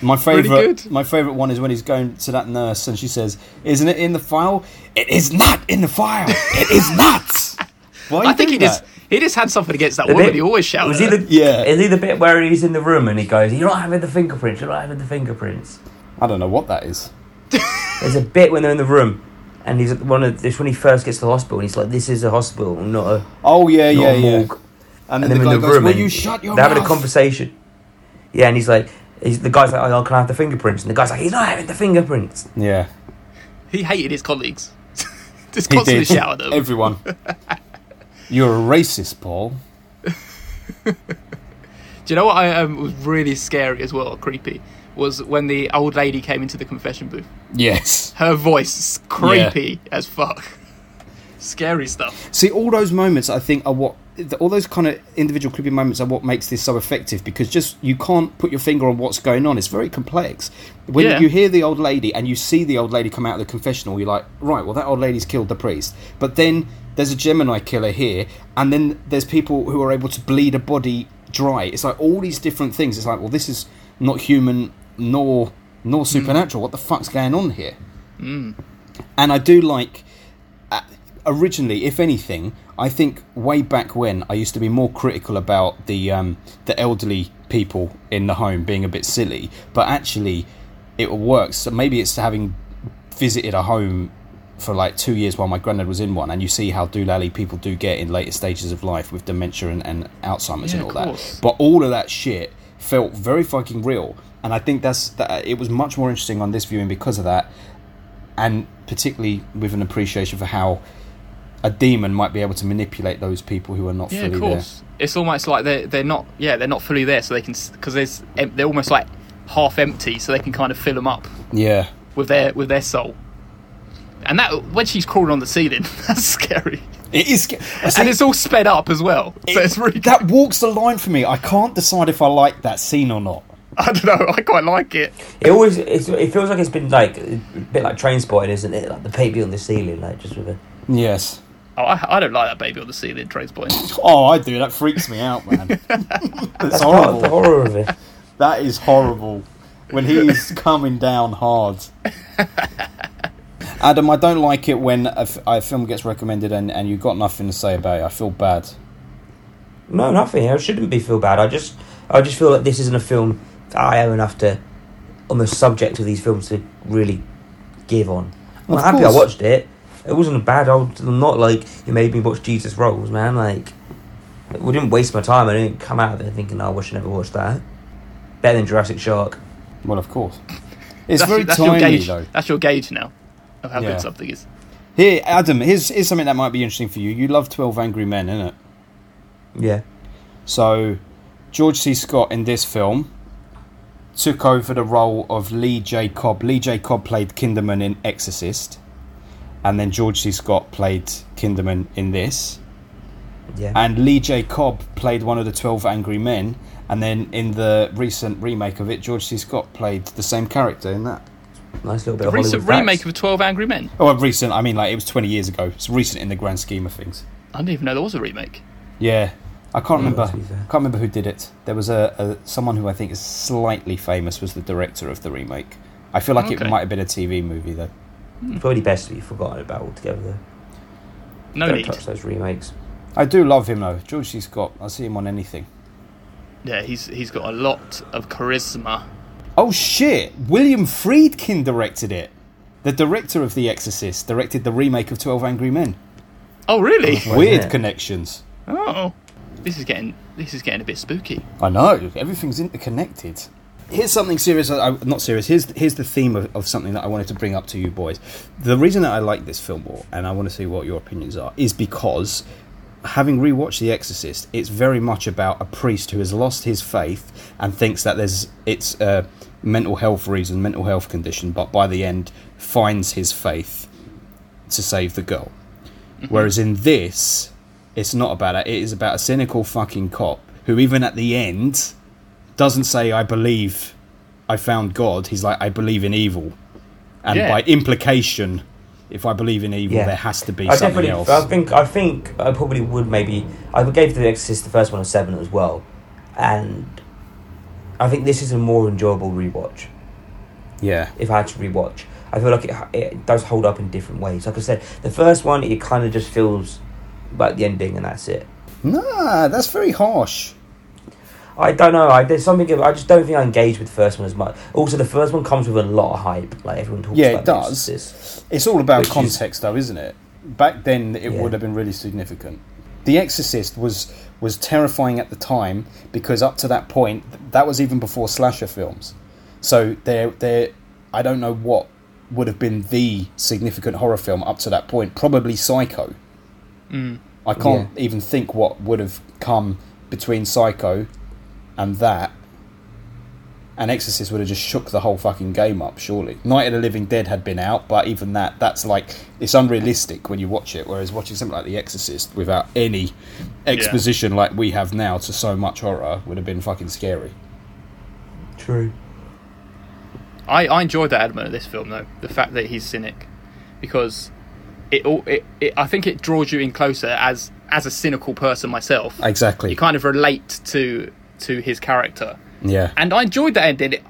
My favorite,
good.
my favorite one is when he's going to that nurse and she says, "Isn't it in the file? It is not in the file. It is not." Why are you
I think he
doing
just
that?
he just had something against that
The
woman.
bit-
he always shouted.
Was he
at
the,
her.
Yeah.
Is he the bit where he's in the room and he goes, "You're not having the fingerprints. You're not having the fingerprints."
I don't know what that is.
There's a bit when they're in the room, and he's at one of this when he first gets to the hospital, and he's like, "This is a hospital, not a,
Oh yeah,
not
yeah,
a
yeah.
morgue."
And,
And they're
then the
in
guy
the
goes,
room.
"Will
and
you shut your
They're
mouth?"
having a conversation. Yeah, and he's like, he's, the guy's like, "Oh, can I have the fingerprints?" And the guy's like, "He's not having the fingerprints."
yeah,
He hated his colleagues. just
he
constantly
did.
shouted at them.
Everyone, you're a racist, Paul.
Do you know what I um, was really scary as well, creepy? Was when the old lady came into the confession booth.
Yes.
Her voice is creepy as fuck. Scary stuff.
See, all those moments I think are what th- all those kind of individual creepy moments are what makes this so effective because just you can't put your finger on what's going on. It's very complex. When
Yeah.
you hear the old lady and you see the old lady come out of the confessional, you're like, right, well that old lady's killed the priest. But then there's a Gemini killer here, and then there's people who are able to bleed a body dry. It's like all these different things. It's like, well, this is not human nor nor supernatural. What the fuck's going on here? And I do like originally, if anything, I think way back when I used to be more critical about the um, the elderly people in the home being a bit silly, but actually, it works. So maybe it's having visited a home for like two years while my granddad was in one, and you see how doolally people do get in later stages of life with dementia and, and Alzheimer's
Yeah,
and all
of
that.
course.
But all of that shit felt very fucking real, and I think that's that. It was much more interesting on this viewing because of that and particularly with an appreciation for how a demon might be able to manipulate those people who are not
Yeah,
fully
of course. It's almost like they're they're not yeah they're not fully there, so they can because there's em- they're almost like half empty, so they can kind of fill them up
there. Yeah.
with their with their soul. And that when she's crawling on the ceiling, that's scary.
It is. sca- I
and
say-
it's all sped up as well, so it's really.
that walks the line for me. I can't decide if I like that scene or not.
I don't know. I quite like it.
It always it's, it feels like it's been like a bit like train spotting, isn't it? Like the baby on the ceiling, like just with a
Yes.
Oh, I, I don't like that baby on the ceiling, Trace Boy.
Oh, I do. That freaks me out, man. That's
part of the
horrible.
horror of it.
That is horrible. When he is coming down hard. Adam, I don't like it when a, f- a film gets recommended and, and you've got nothing to say about it. I feel bad.
No, nothing. I shouldn't be feel bad. I just I just feel like this isn't a film that I am enough to on the subject of these films to really give on. I'm
Of
happy
course.
I watched it. It wasn't a bad. I'm not like it made me watch Jesus Rolls, man. Like we didn't waste my time. I didn't come out of it thinking, oh, I wish I never watched that. Better than Jurassic Shark.
Well, of course. It's
that's
very
that's
timely,
your gauge.
though.
That's your gauge now of how
Yeah.
good something is.
Here, Adam, here's, here's something that might be interesting for you. You love 12 Angry Men, innit?
Yeah.
So, George C. Scott in this film took over the role of Lee J. Cobb. Lee J. Cobb played Kinderman in Exorcist, and then George C. Scott played Kinderman in this.
Yeah.
And Lee J. Cobb played one of the 12 Angry Men, and then in the recent remake of it, George C. Scott played the same character in that.
nice little bit
The
of
recent
Hollywood
remake
facts.
of Twelve Angry Men.
Oh, well, recent, I mean, like, it was 20 years ago. It's recent in the grand scheme of things.
I didn't even know there was a remake.
Yeah, I can't remember.
to be fair.
Can't remember who did it. There was a, a someone who I think is slightly famous was the director of the remake. I feel like it
Okay.
might have been a TV movie though.
Probably best to be forgotten about altogether. Though.
No
Don't
need.
touch those remakes.
I do love him though. George C. Scott. I see him on anything.
Yeah, he's he's got a lot of charisma.
Oh shit! William Friedkin directed it. The director of The Exorcist directed the remake of Twelve Angry Men.
Oh really?
Weird
it?
connections.
Oh, this is getting this is getting a bit spooky.
I know. Everything's interconnected. here's something serious. I, I- not serious. Here's here's the theme of, of something that I wanted to bring up to you boys. The reason that I like this film more, and I want to see what your opinions are, is because having rewatched The Exorcist, it's very much about a priest who has lost his faith and thinks that there's it's a mental health reason, mental health condition, but by the end finds his faith to save the girl. Whereas in this, it's not about it. It is about a cynical fucking cop who, even at the end, doesn't say I believe I found God. He's like I believe in evil, and
Yeah.
by implication, if I believe in evil, there has to be
I
something
definitely,
else.
I think, I think I probably would maybe. I gave The Exorcist the first one a seven as well, and I think this is a more enjoyable rewatch.
yeah,
If I had to rewatch, I feel like it, it does hold up in different ways. Like I said, the first one it kind of just feels like the ending and that's it.
nah, that's very harsh.
I don't know. I there's something. I just don't think I engage with the first one as much. Also, the first one comes with a lot of hype. Like everyone talks.
Yeah,
about
it
The
does.
Exorcist.
It's all about
Which is-
context, though, isn't it? Back then, it
Yeah.
would have been really significant. The Exorcist was was terrifying at the time because up to that point, that was even before slasher films. So there, there, I don't know what would have been the significant horror film up to that point. Probably Psycho. I can't even think what would have come between Psycho and that. And Exorcist would have just shook the whole fucking game up, surely. Night of the Living Dead had been out, but even that, that's like, it's unrealistic when you watch it. Whereas watching something like The Exorcist without any exposition like we have now to so much horror would have been fucking scary.
True.
I, I enjoyed that element of this film though, the fact that he's cynic, because it all it, it I think it draws you in closer as as a cynical person myself.
Exactly.
You kind of relate to to his character,
yeah.
and I enjoyed that ending. It-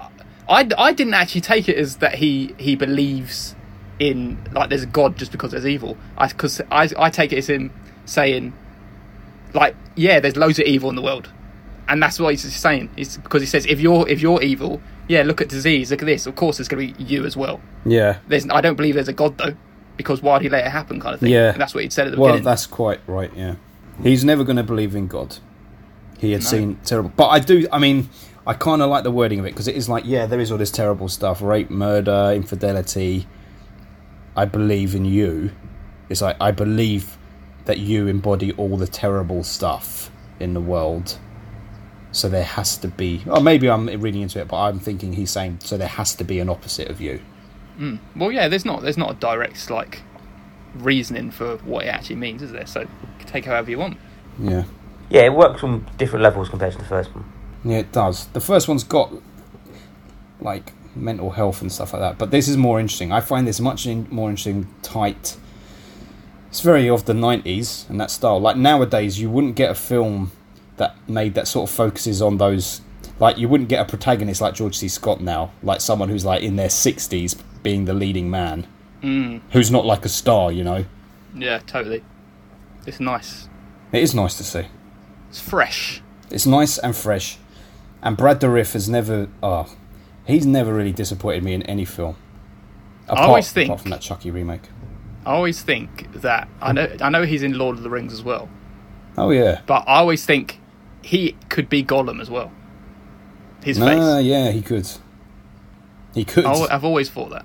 I I didn't actually take it as that he he believes in like there's a god just because there's evil. I because I I take it as him saying like yeah there's loads of evil in the world and that's what he's saying it's because he says if you're if you're evil yeah look at disease look at this of course it's going to be you as well
yeah.
there's i don't believe there's a god though because why'd he let it happen kind of thing
Yeah.
and that's what he'd said at the
Well,
beginning
that's quite right. Yeah, he's never going to believe in God. He had seen terrible, but I do. I mean, I kind of like the wording of it because it is like, yeah, there is all this terrible stuff: rape, murder, infidelity. I believe in you. It's like I believe that you embody all the terrible stuff in the world. So there has to be. Or maybe I'm reading into it, but I'm thinking he's saying so there has to be an opposite of you.
well yeah there's not there's not a direct like reasoning for what it actually means is there so you can take it however you want
Yeah.
Yeah, it works on different levels compared to the first one.
Yeah, it does. The first one's got like mental health and stuff like that, but this is more interesting. I find this much in, more interesting, tight. It's very of the '90s and that style. Like nowadays, you wouldn't get a film that made that sort of focuses on those. Like you wouldn't get a protagonist like George C. Scott now, like someone who's like in their 60s being the leading man, mm. who's not like a star, you know.
yeah totally it's nice
It is nice to see.
it's fresh
It's nice and fresh. And Brad Dourif has never, oh, he's never really disappointed me in any film. Apart,
always think-
apart from that Chucky remake.
i always think that i know i know he's in lord of the rings as well
Oh yeah,
but i always think he could be gollum as well his face Oh, uh,
nah, yeah, he could. He could.
I, have always thought that.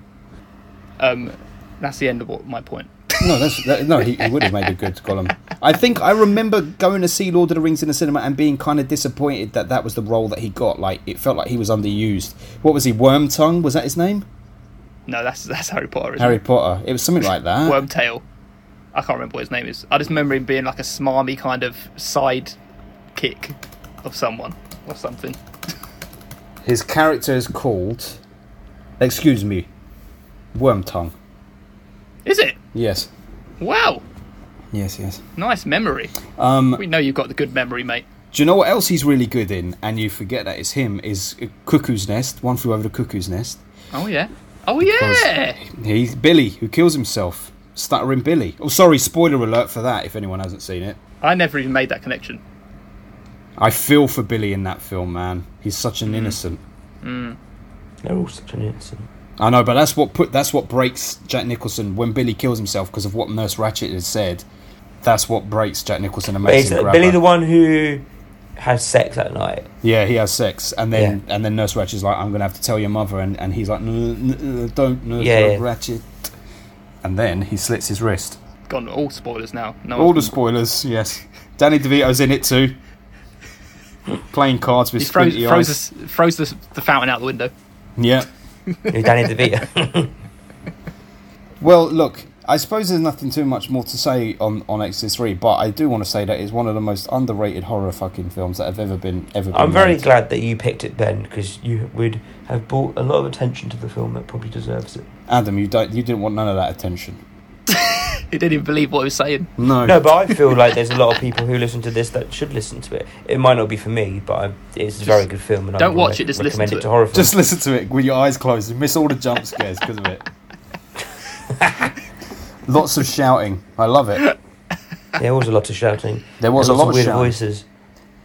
Um, that's the end of what, my point.
No, that's that, no. He, he would have made a good column. I think I remember going to see Lord of the Rings in the cinema and being kind of disappointed that that was the role that he got. Like it felt like he was underused. What was he? Worm tongue? Was that his name?
No, that's that's Harry Potter. Isn't
Harry Potter. It was something like that.
it? Wormtail. I can't remember what his name is. I just remember him being like a smarmy kind of side kick of someone or something.
His character is called. Excuse me, Worm Tongue.
Is it?
Yes.
Wow,
Yes, yes.
nice memory.
Um,
We know you've got the good memory, mate.
do you know what else he's really good in? And you forget that it's him. Is Cuckoo's Nest? One flew over the Cuckoo's Nest.
Oh yeah. Oh yeah.
He's Billy who kills himself. Stuttering Billy. Oh, sorry. Spoiler alert for that. If anyone hasn't seen it,
I never even made that connection.
I feel for Billy in that film, man. He's such an innocent.
They're all such an innocent.
I know, but that's what put that's what breaks Jack Nicholson when Billy kills himself because of what Nurse Ratchet had said. That's what breaks Jack Nicholson and
But
makes
is
him grab
Billy
her.
the one who has sex at night.
Yeah, he has sex, and then and then Nurse Ratchet's like, "I'm gonna have to tell your mother," and, and he's like, "N- n- n- "Don't, Nurse
Yeah, yeah.
Ratchet." And then he slits his wrist.
Gone all spoilers now. No
All the
one's-
spoilers, yes. Danny DeVito's in it too, playing cards with
He throws,
squinty
throws,
eyes.
us- throws the, the fountain out the window.
Yeah.
Who Danny DeVito.
Well, look, I suppose there's nothing too much more to say on on Exorcist Three, but I do want to say that it's one of the most underrated horror fucking films that have ever been ever. Been
I'm very
made.
glad that you picked it, Ben, because you would have brought a lot of attention to the film that probably deserves it.
Adam, you don't, you didn't want none of that attention.
He didn't even believe what he was saying.
No.
No, but I feel like there's a lot of people who listen to this that should listen to it. It might not be for me, but I, it's a very good film, and I
don't
would
watch it, just listen
recommend
to
it
it.
to horror films.
Just listen to it with your eyes closed. You miss all the jump scares because of it. Lots of shouting. I love it.
There was a lot of shouting.
There was
Lots
a lot of
weird
shouting.
voices.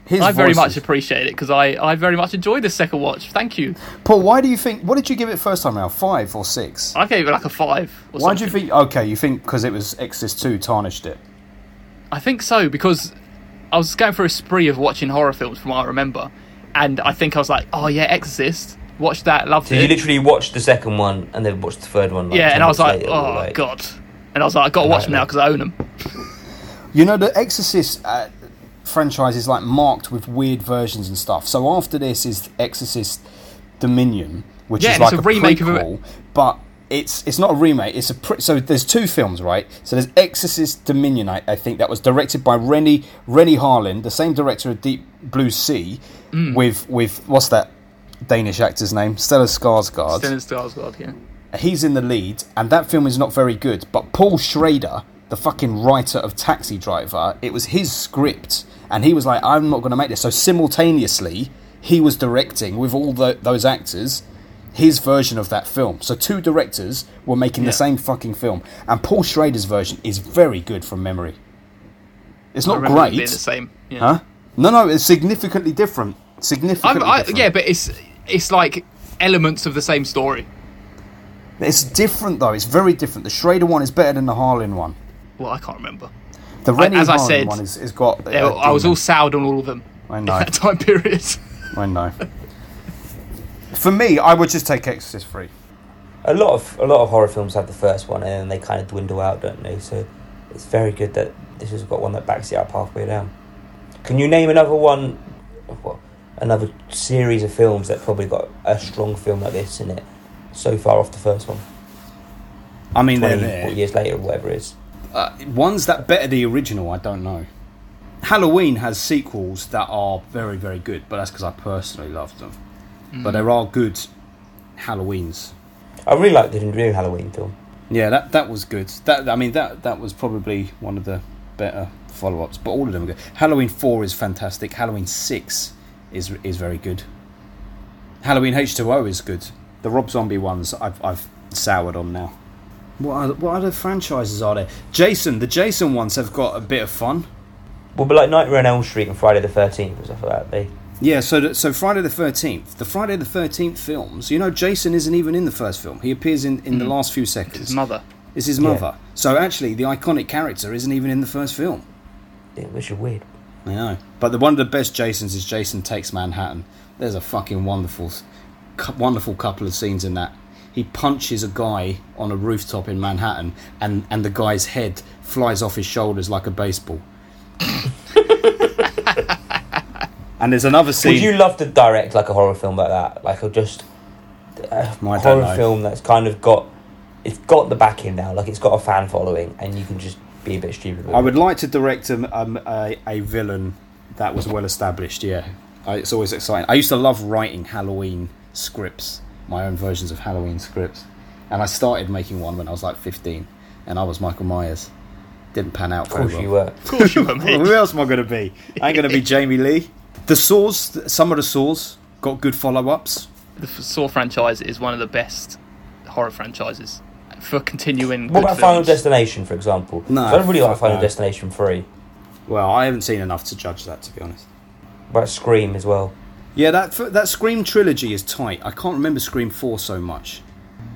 His
I very much
voices.
appreciate it because I, I very much enjoyed this second watch. Thank you.
Paul, why do you think? What did you give it first time around? Five or six?
I gave it like a five. Or
Why do
something.
you think? Okay, you think because it was Exorcist Two tarnished it.
I think so because I was going for a spree of watching horror films from what I remember, and I think I was like, oh yeah, Exorcist. Watched that, loved
So
it.
you literally watched the second one and then watched the third one. Like,
yeah,
10
and I was
minutes
like,
later,
oh
or, like-
god. And I was like, I gotta watch them now because I own them.
You know, the Exorcist uh, franchise is like marked with weird versions and stuff. So after this is Exorcist Dominion, which
Yeah,
is
and it's
like
a remake of a-
prequel, but it's it's not a remake. It's a pre- so there's two films, right? So there's Exorcist Dominion, I, I think that was directed by Rennie Rennie Harlan, the same director of Deep Blue Sea,
Mm.
with with what's that Danish actor's name? Stellan Skarsgård
Still in Skarsgård, yeah.
he's in the lead, and that film is not very good. But Paul Schrader, the fucking writer of Taxi Driver, it was his script, and he was like, "I'm not going to make this." So simultaneously, he was directing with all tho- those actors his version of that film. So two directors were making the
Yeah.
same fucking film, and Paul Schrader's version is very good from memory. It's
I
not
remember it
great,
being the same. Yeah.
huh? No, no, it's significantly different.
I'm,
Significantly
I,
different.
yeah, but it's it's like elements of the same story.
it's different though. It's very different. The Schrader one is better than the Harlan one.
Well, I can't remember.
The Rennie
as I
Harlan
said,
one is, is got.
Yeah,
uh,
I was all
demon.
soured on all of them
I
in
know.
that time period.
I know. For me, I would just take Exorcist three.
A lot of a lot of horror films have the first one and then they kind of dwindle out, don't they? So it's very good that this has got one that backs it up halfway down. Can you name another one, what, another series of films that probably got a strong film like this in it so far off the first one?
I mean, they're
20 40
there.
years later, or whatever it is.
Uh, ones that better the original, I don't know. Halloween has sequels that are very, very good, but that's because I personally love them. But there are good Halloweens.
I really like the new Halloween film.
Yeah, that that was good. That I mean, that that was probably one of the better follow-ups. But all of them are good. Halloween four is fantastic. Halloween six is is very good. Halloween H two O is good. The Rob Zombie ones I've I've soured on now. What other, what other franchises are there? Jason, the Jason ones have got a bit of fun.
Well, but like Nightmare on Elm Street and Friday the Thirteenth and stuff like that. They
Yeah, so that, so Friday the Thirteenth, the Friday the Thirteenth films. You know, Jason isn't even in the first film. He appears in, in the last few seconds.
His mother.
is his mother. So actually, the iconic character isn't even in the first film.
yeah, which is weird.
I know. But the one of the best Jasons is Jason Takes Manhattan. There's a fucking wonderful, cou- wonderful couple of scenes in that. He punches a guy on a rooftop in Manhattan, and and the guy's head flies off his shoulders like a baseball. and there's another scene.
Would you love to direct like a horror film like that? Like a just a
I don't
horror
know.
film that's kind of got it's got the backing now. Like it's got a fan following, and you can just be a bit stupid. With
I
it.
would like to direct um, um, a, a villain that was well established, yeah. I, it's always exciting. I used to love writing Halloween scripts, my own versions of Halloween scripts. And I started making one when I was like 15, and I was Michael Myers. Didn't pan out
Of
very
course
well.
you were.
Of course you were,
Well,
mate.
who else am I going to be? I ain't going to be Jamie Lee. The Saws, some of the Saws got good follow ups.
the Saw franchise is one of the best horror franchises for continuing.
What
good
about Final
films.
Destination, for example?
No,
So I don't really like
fuck
Final
no.
Destination Three,
Well, I haven't seen enough to judge that, to be honest.
but Scream as well.
Yeah, that that Scream trilogy is tight. I can't remember Scream 4 so much.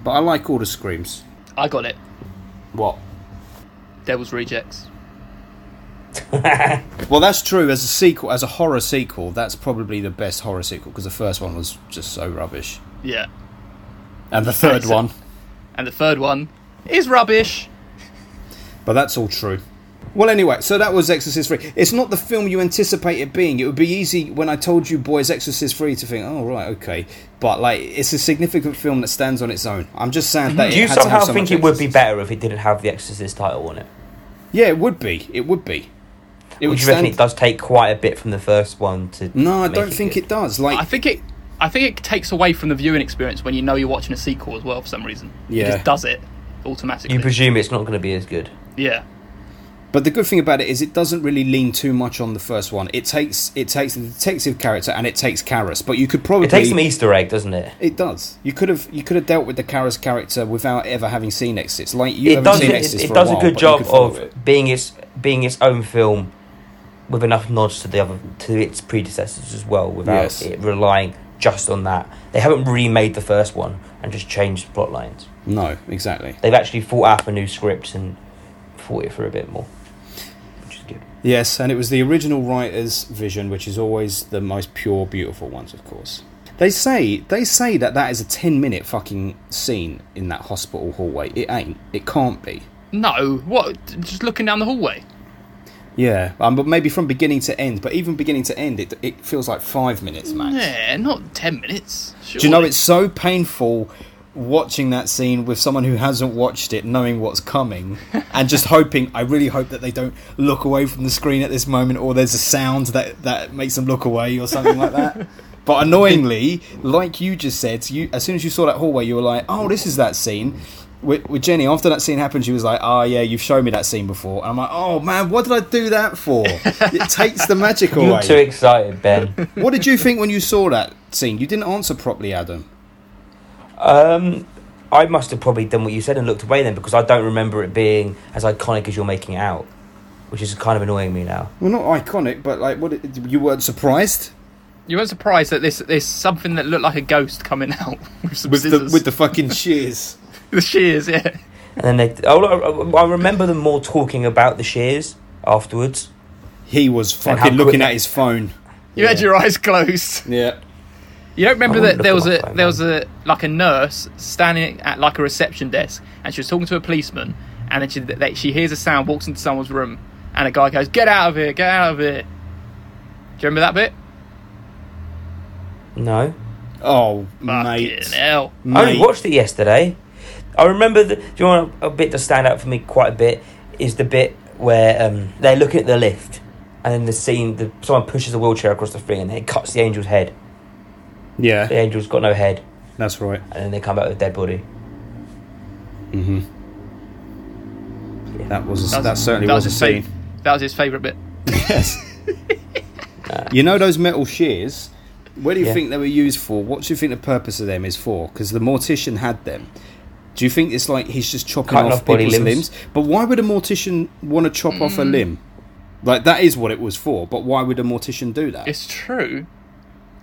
But I like all the Screams.
I got it.
What?
Devil's Rejects.
Well, that's true. As a sequel, as a horror sequel, that's probably the best horror sequel because the first one was just so rubbish,
Yeah.
and the third
Excellent.
one.
And the third one is rubbish.
But that's all true. Well, anyway, so that was Exorcist 3. It's not the film you anticipate it being. It would be easy when I told you, boys, Exorcist 3 to think, oh, right, okay. But, like, it's a significant film that stands on its own. I'm just sad that
Do you
it had to have
somehow
so
think
much
it would be
Exorcist.
better if it didn't have the Exorcist title on it?
Yeah, it would be. It would be. It
Would
would
you reckon
stand...
it does take quite a bit from the first one to?
No, I
make
don't think
good?
it does.
I
Like,
think it. I think it takes away from the viewing experience when you know you're watching a sequel as well for some reason.
Yeah.
It just does it automatically.
You presume it's not going to be as good.
yeah.
But the good thing about it is it doesn't really lean too much on the first one. It takes it takes the detective character and it takes Karis, but you could probably
It takes some Easter egg, doesn't it?
It does. You could have you could have dealt with the Karas character without ever having seen Exits. Like you
it
haven't
does.
seen
It,
Exits
it
for
does
a,
a,
while,
good
but you
job
could follow
of
it.
being its being its own film with enough nods to the other to its predecessors as well, without
Yes.
it relying just on that. They haven't remade the first one and just changed plot lines.
No, exactly.
They've actually thought out a new script and thought it for a bit more, which is good.
Yes, and it was the original writer's vision, which is always the most pure, beautiful ones, of course. They say they say that that is a ten minute fucking scene in that hospital hallway. It ain't. It can't be.
No. What? Just looking down the hallway.
Yeah, um, but maybe from beginning to end. But even beginning to end, it it feels like five minutes max.
Yeah. Not ten minutes. Surely.
Do you know it's so painful watching that scene with someone who hasn't watched it, knowing what's coming, and just hoping. I really hope that they don't look away from the screen at this moment, or there's a sound that that makes them look away, or something like that. But annoyingly, like you just said, you as soon as you saw that hallway, you were like, "Oh, this is that scene." With, with Jenny, after that scene happened, she was like, "Oh yeah, you've shown me that scene before." And I'm like, "Oh man, what did I do that for?" It takes the magic
You're too
away.
excited, Ben.
What did you think when you saw that scene? You didn't answer properly, Adam.
Um, I must have probably done what you said and looked away then because I don't remember it being as iconic as you're making it out, which is kind of annoying me now.
Well, not iconic, but like, what you weren't surprised
You weren't surprised that this there's something that looked like a ghost coming out with some
with the
scissors.
with the fucking shears.
the shears. Yeah.
And then they, oh, I- I remember them more talking about the shears afterwards.
He was
And
fucking
how
looking
quick-
at his phone.
You had
Yeah.
your eyes closed.
Yeah.
You don't remember
I
that
wouldn't
there
look
was
at
a
my phone,
there was a like a nurse standing at like a reception desk, and she was talking to a policeman, and then she they, she hears a sound, walks into someone's room, and a guy goes, "Get out of here! Get out of here!" Do you remember that bit?
No,
Oh,
Fucking
mate.
hell!
Mate.
I only watched it yesterday. I remember. The, do you want a, a bit to stand out for me quite a bit? Is the bit where um, they're looking at the lift, and then the scene, the, someone pushes a wheelchair across the thing, and it cuts the angel's head. The
Yeah,
angel's got no head,
that's right.
and then they come back with a dead body.
Mm-hmm. That was
That
that,
was-
certainly
that
was,
his
a
fa-
scene.
that was his favorite bit.
Yes. you know those metal shears? Where do you
Yeah.
think they were used for? What do you think the purpose of them is for? Because the mortician had them. Do you think it's like he's just chopping
Cutting
off,
off body
people's limbs?
limbs?
But why would a mortician want to chop off
Mm.
a limb? Like that is what it was for. But why would a mortician do that?
It's true.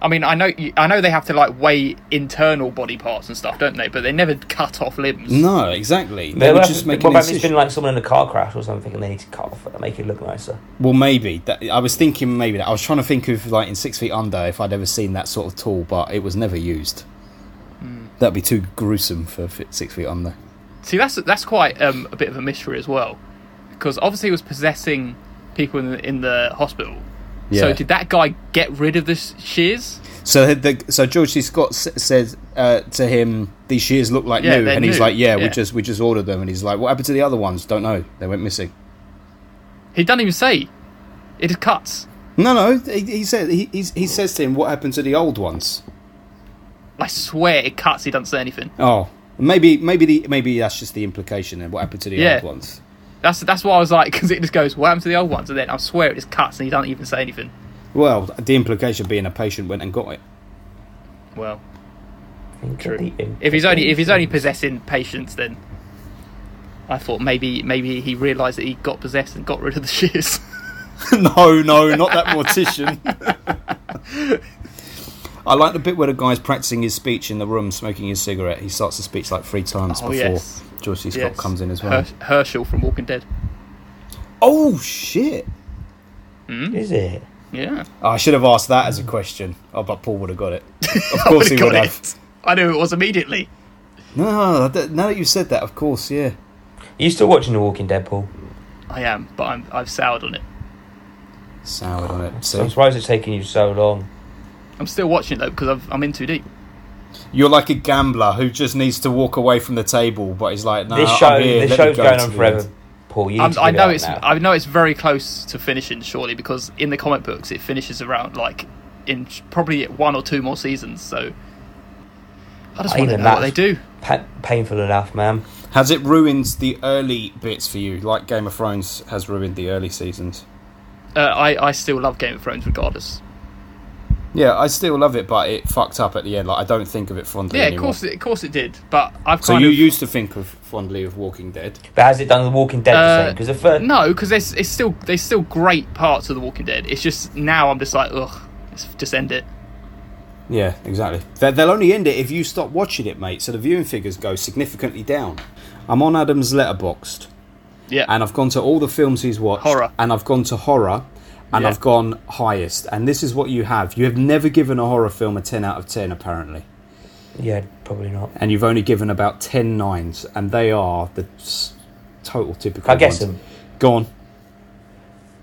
I mean, I know you- I know they have to like weigh internal body parts and stuff, don't they? But they never cut off limbs.
no, exactly. They
What
would
about-
just make
what
an
about if it's
incision.
been like someone in a car crash or something, and they need to cut off it, make it look nicer.
well, maybe. That, I was thinking maybe that. I was trying to think of like in Six Feet Under if I'd ever seen that sort of tool, but it was never used.
Mm.
That'd be too gruesome for fi- Six Feet Under.
See, that's that's quite um, a bit of a mystery as well, because obviously he was possessing people in the, in the hospital.
Yeah.
So did that guy get rid of the s- shears?
So the, so George C. Scott s- said uh, to him, "These shears look like
Yeah,
new,"
they're
and he's
new.
like, yeah, we
Yeah.
just we just ordered them," and he's like, "What happened to the other ones? Don't know. They went missing."
He doesn't even say. It just cuts.
No, no, he, he said he he's, he says to him, "What happened to the old ones?"
I swear it cuts. He doesn't say anything.
Oh, maybe maybe the maybe that's just the implication. Then what happened to the
Yeah.
old ones?
That's that's why I was like, because it just goes, "What happened to the old ones?" And then I swear it just cuts, and he doesn't even say anything.
Well, the implication being a patient went and got it.
Well,
True.
if he's only if he's only possessing patients, then I thought maybe maybe he realised that he got possessed and got rid of the shears.
no, no, not that mortician. I like the bit where the guy's practicing his speech in the room, smoking his cigarette. He starts the speech like three times
Oh,
before
yes.
George C. Scott
Yes.
comes in as well.
Her- Herschel from Walking Dead.
Oh shit!
Is it?
Yeah.
Oh, I should have asked that as a question. Oh, but Paul would have got it. Of course he
Would've
would
got
have.
it. I knew it was immediately.
No, that, now that you said that, of course, yeah.
Are you still watching The Walking Dead, Paul?
I am, but I'm, I've soured on it.
Soured on it.
I'm
See?
surprised it's taking you so long.
I'm still watching it though because I've, I'm in too deep.
You're like a gambler who just needs to walk away from the table, but he's like, no,
this show,
I'm here,
this
let me
show's
go
going
to
on
the
forever,
end.
Paul. You need
I'm,
to give
I
it
know
up
it's
now.
I know it's very close to finishing surely because in the comic books it finishes around like in probably one or two more seasons. So I just want
Not
to
even
know
that.
what they do.
Pa- painful enough, man.
Has it ruined the early bits for you, like Game of Thrones has ruined the early seasons?
Uh, I I still love Game of Thrones regardless.
Yeah, I still love it, but it fucked up at the end. Like, I don't think of it fondly
Yeah, of
anymore.
course it, of course it did. But I've
So
kind
you
of
used to think of fondly of Walking Dead.
But has it done The Walking Dead the same? Because the first,
Uh, no because there's it's still there's still great parts of The Walking Dead. It's just now I'm just like ugh, let's just end it.
Yeah, exactly. They- They'll only end it if you stop watching it, mate. So the viewing figures go significantly down. I'm on Adam's letterboxed,
Yeah,
and I've gone to all the films he's watched.
Horror.
And I've gone to horror, and
Yeah.
I've gone highest. And this is what you have. You have never given a horror film a 10 out of 10, apparently.
yeah, probably not.
And you've only given about 10 nines, and they are the s- total typical.
I guess
ones.
them.
Go on.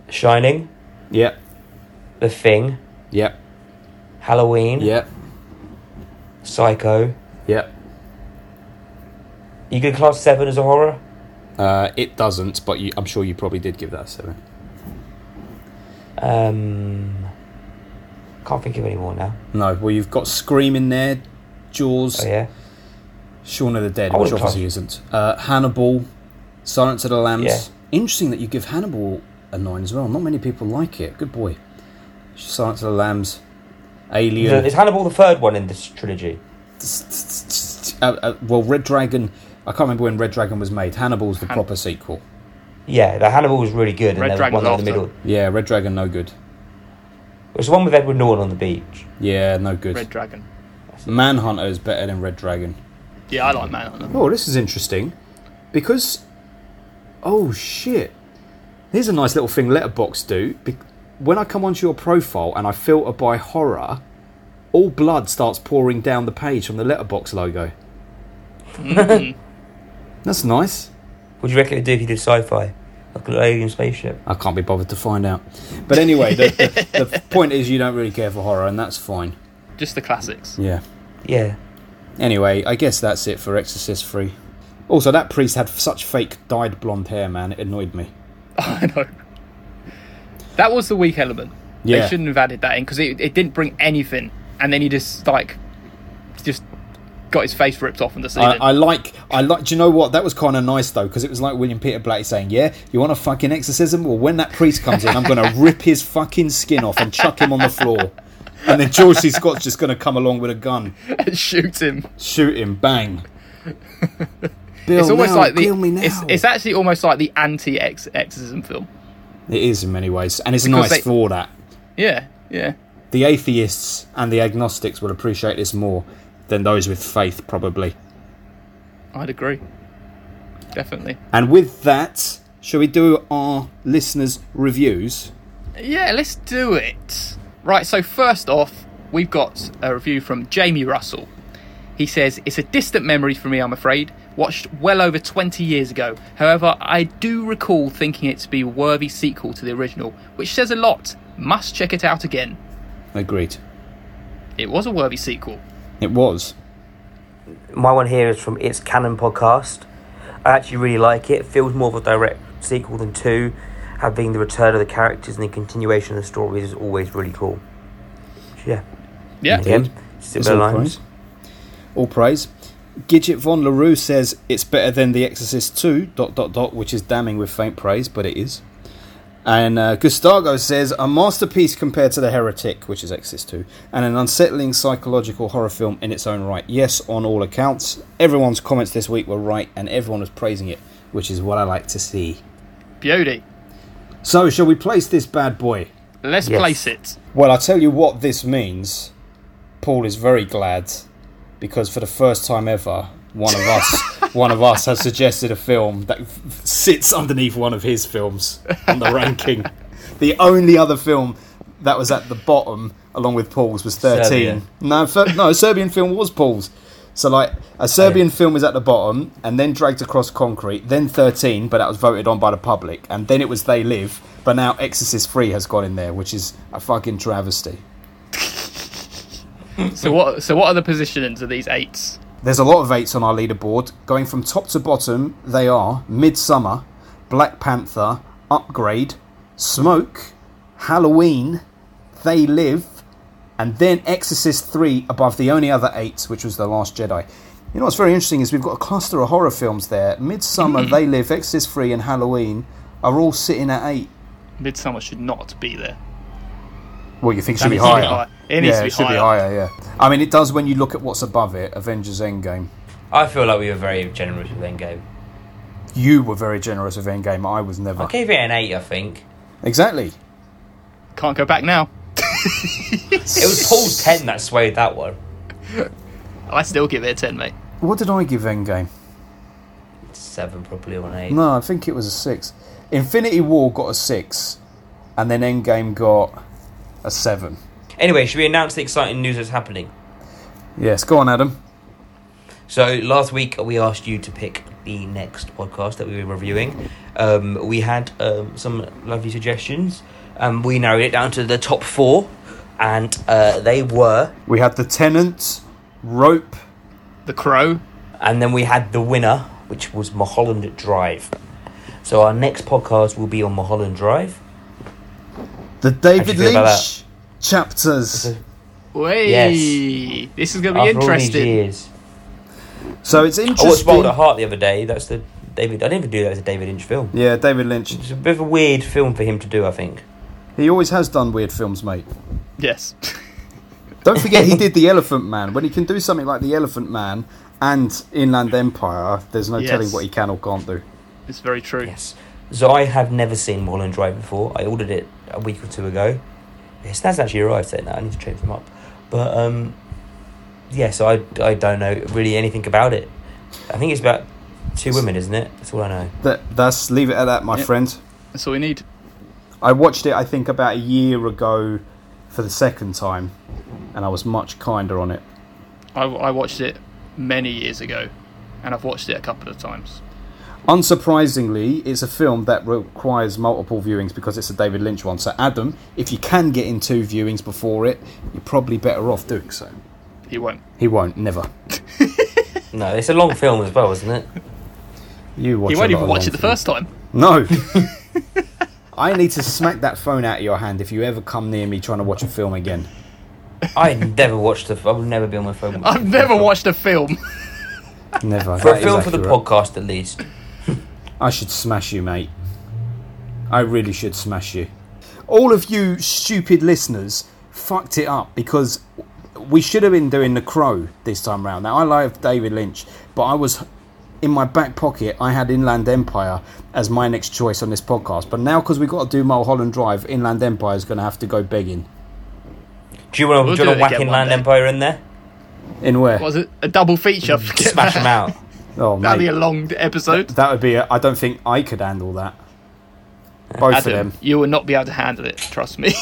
Shining,
Yep.
The Thing,
Yep.
Halloween,
Yep.
Psycho.
Yep.
You could class Seven as a horror.
Uh, it doesn't, but you, I'm sure you probably did give that a seven.
Um, can't think of any more now.
No, well, you've got Scream in there, Jaws,
Oh yeah,
Shaun of the Dead,
I
which
wouldn't
obviously isn't, uh, Hannibal, Silence of the Lambs.
Yeah.
Interesting that you give Hannibal a nine as well. Not many people like it. Good boy. Silence of the Lambs, Alien.
is Hannibal the third one in this trilogy?
Uh, uh, well, Red Dragon. I can't remember when Red Dragon was made. Hannibal's the proper sequel.
Yeah, the Hannibal was really good, and
Red
there was
Dragon's
one in the
after.
middle.
Yeah, Red Dragon, no good.
It was the one with Edward Norton on the beach.
Yeah, no good.
Red Dragon.
Manhunter is better than Red Dragon.
Yeah, I like Man.
Oh, this is interesting. Because. Oh, shit. Here's a nice little thing Letterbox do. Be- when I come onto your profile and I filter by horror, all blood starts pouring down the page from the Letterbox logo. That's nice.
Would you reckon it'd do if you did sci-fi, like an alien spaceship?
I can't be bothered to find out. But anyway, the, the, the point is you don't really care for horror, and that's fine.
Just the classics.
Yeah.
Yeah.
Anyway, I guess that's it for Exorcist 3. Also, that priest had such fake dyed blonde hair, man. It annoyed me.
I know. That was the weak element.
Yeah.
They shouldn't have added that in because it, it didn't bring anything. And then he just like just got his face ripped off in the
I,
season.
I like, I like. Do you know what? That was kind of nice though, because it was like William Peter Blatty saying, "Yeah, you want a fucking exorcism? Well, when that priest comes in, I'm going to rip his fucking skin off and chuck him on the floor." And then George C. Scott's just going to come along with a gun,
Shoot him.
shoot him, bang. Bill,
It's almost
now,
like the.
kill me now.
It's, it's actually almost like the anti exorcism film.
It is in many ways, and it's
Because
nice
they-
for that.
Yeah, yeah.
The atheists and the agnostics will appreciate this more than those with faith, probably.
I'd agree. Definitely.
And with that, shall we do our listeners' reviews?
Yeah, let's do it. Right, so first off, we've got a review from Jamie Russell. He says, It's a distant memory for me, I'm afraid. Watched well over 20 years ago. However, I do recall thinking it to be a worthy sequel to the original, which says a lot. Must check it out again.
Agreed.
It was a worthy sequel.
It was.
My one here is from It's Canon podcast. I actually really like it. It feels more of a direct sequel than two, having the return of the characters and the continuation of the story is always really cool. Yeah.
Yeah.
Again,
It's
similar lines.
All praise. Gidget von LaRue says it's better than The Exorcist 2, dot dot dot, which is damning with faint praise, but it is. And uh, Gustavo says a masterpiece compared to The Heretic, which is Exorcist 2, and an unsettling psychological horror film in its own right. Yes, on all accounts. Everyone's comments this week were right, and everyone was praising it, which is what I like to see.
Beauty.
So, shall we place this bad boy?
Let's
Yes.
place it.
Well, I tell you what this means. Paul is very glad because for the first time ever, one of us, one of us, has suggested a film that f- sits underneath one of his films on the ranking. The only other film that was at the bottom, along with Paul's, was 13.
Serbian.
No, fir- no, a Serbian film was Paul's. So, like, a Serbian film was at the bottom and then dragged across concrete, then 13, but that was voted on by the public, and then it was They Live, but now Exorcist 3 has gone in there, which is a fucking travesty.
So what? So what are the positionings of these eights?
There's a lot of eights on our leaderboard. Going from top to bottom, they are Midsummer, Black Panther, Upgrade, Smoke, Halloween, They Live, and then Exorcist 3 above the only other eight, which was The Last Jedi. You know what's very interesting is we've got a cluster of horror films there. Midsummer,
Mm-hmm.
They Live, Exorcist 3, and Halloween are all sitting at eight.
Midsummer should not be there.
What you think
That
should be
needs to be
higher?
high- it needs
yeah,
to be
it should be
higher.
higher. Yeah, I mean it does when you look at what's above it. Avengers Endgame.
I feel like we were very generous with Endgame.
You were very generous with Endgame. I was never.
I gave it an eight, I think.
Exactly.
Can't go back now.
It was Paul's ten that swayed that one.
I still give it a ten, mate.
What did I give Endgame?
Seven probably or an eight.
No, I think it was a six. Infinity War got a six, and then Endgame got a seven.
Anyway, should we announce the exciting news that's happening?
Yes, go on, Adam.
So last week we asked you to pick the next podcast that we were reviewing. Um, we had um, some lovely suggestions. Um, we narrowed it down to the top four, and uh, they were,
We had the Tenant, Rope.
The Crow.
and then we had the winner, which was Mulholland Drive. So our next podcast will be on Mulholland Drive.
The
How'd
David
you feel about
Lynch chapters.
Way.
Yes.
This is going to be
After all these
interesting.
years.
So it's
I watched
interesting.
Wild at Heart the other day. That's the David. I didn't even do that as a David Lynch film.
yeah, David Lynch.
It's a bit of a weird film for him to do. I think.
He always has done weird films, mate.
Yes.
Don't forget he did The Elephant Man. When he can do something like The Elephant Man and Inland Empire, there's no
Yes.
telling what he can or can't do.
it's very true.
Yes. So I have never seen Mulholland Drive before. I ordered it a week or two ago. Yes, that's actually arrived there now. I need to check them up. But um, yeah, so I, I don't know really anything about it. I think it's about two women, isn't it? That's all I know.
That that's leave it at that, my
Yep.
friend.
That's all we need.
I watched it, I think, about a year ago for the second time, and I was much kinder on it.
I, I watched it many years ago, and I've watched it a couple of times.
Unsurprisingly, it's a film that requires multiple viewings because it's a David Lynch one. So, Adam, if you can get in two viewings before it, you're probably better off doing so.
He won't.
He won't, never.
No, it's a long film as well, isn't it?
You watch.
He won't
a lot
even
of
watch
long
it the first time.
No. I need to smack that phone out of your hand if you ever come near me trying to watch a film again.
I never watched the. I would never be on my phone.
I've never watched a film.
Never.
for
That
a
is
film for the
accurate.
podcast at least.
I should smash you, mate. I really should smash you. All of you stupid listeners fucked it up because we should have been doing The Crow this time round. Now, I love David Lynch, but I was in my back pocket, I had Inland Empire as my next choice on this podcast. But now, because we've got to do Mulholland Drive, Inland Empire is going to have to go begging.
Do you want
We'll
to
do
do a
it
whack
again
in
one
Land
day.
Empire in there?
In where?
Was it a double feature? Forget
Smash
that.
them out.
Oh, mate.
That'd be a long episode.
That would be. A, I don't think I could handle that. Both
Adam,
of them.
you will not be able to handle it. Trust me. you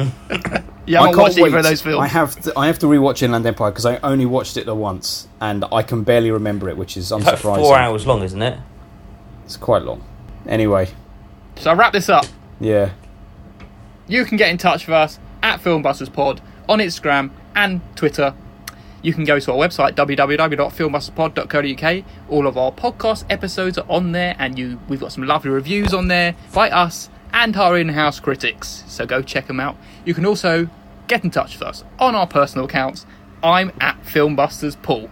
I
haven't
can't
watched either
wait.
of those films.
I have to. I have to rewatch Inland Empire because I only watched it the once and I can barely remember it, which is
It's like
unsurprising.
four hours long, isn't it?
It's quite long. Anyway,
So I wrap this up.
yeah.
You can get in touch with us at FilmbustersPod on Instagram and Twitter. You can go to our website www.filmbusterspod.co.uk. All of our podcast episodes are on there, and you we've got some lovely reviews on there by us and our in-house critics. So go check them out. You can also get in touch with us on our personal accounts. I'm at FilmbustersPaul.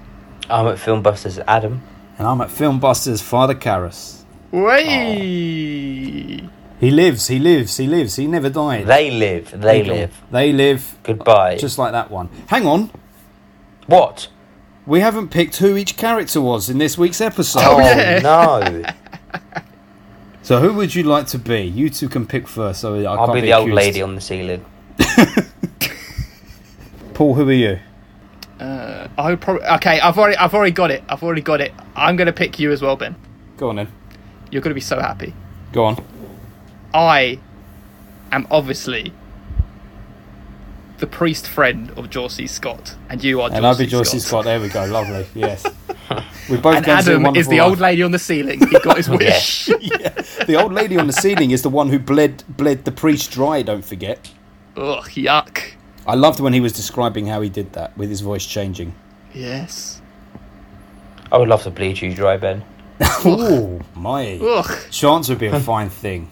I'm at Filmbusters Adam.
And I'm at Filmbusters. Father Karras.
Wait.
He lives. He lives. He lives. He never died.
They live. They live.
They live.
Goodbye.
Just like that one. Hang on.
what?
We haven't picked who each character was in this week's episode.
Oh,
yeah.
no!
So who would you like to be? You two can pick first. So I
I'll
can't
be the old
accused.
lady on the ceiling.
Paul, who are you?
Uh, I would probably okay. I've already I've already got it. I've already got it. I'm gonna pick you as well, Ben.
Go on then.
You're gonna be so happy.
Go on.
I am obviously the priest friend of Jorsey Scott, and you are
And I'll be
Jorsey Scott.
Jorsey Scott. There we go. Lovely. Yes. We both
And
go and see
Adam is
Wonderful
the
Life.
old lady on the ceiling. He got his wish.
The old lady on the ceiling is the one who bled bled the priest dry. Don't forget.
Ugh, yuck.
I loved when he was describing how he did that with his voice changing.
Yes.
I would love to bleed you dry, Ben.
Oh my!
Ugh.
Chance would be a fine thing.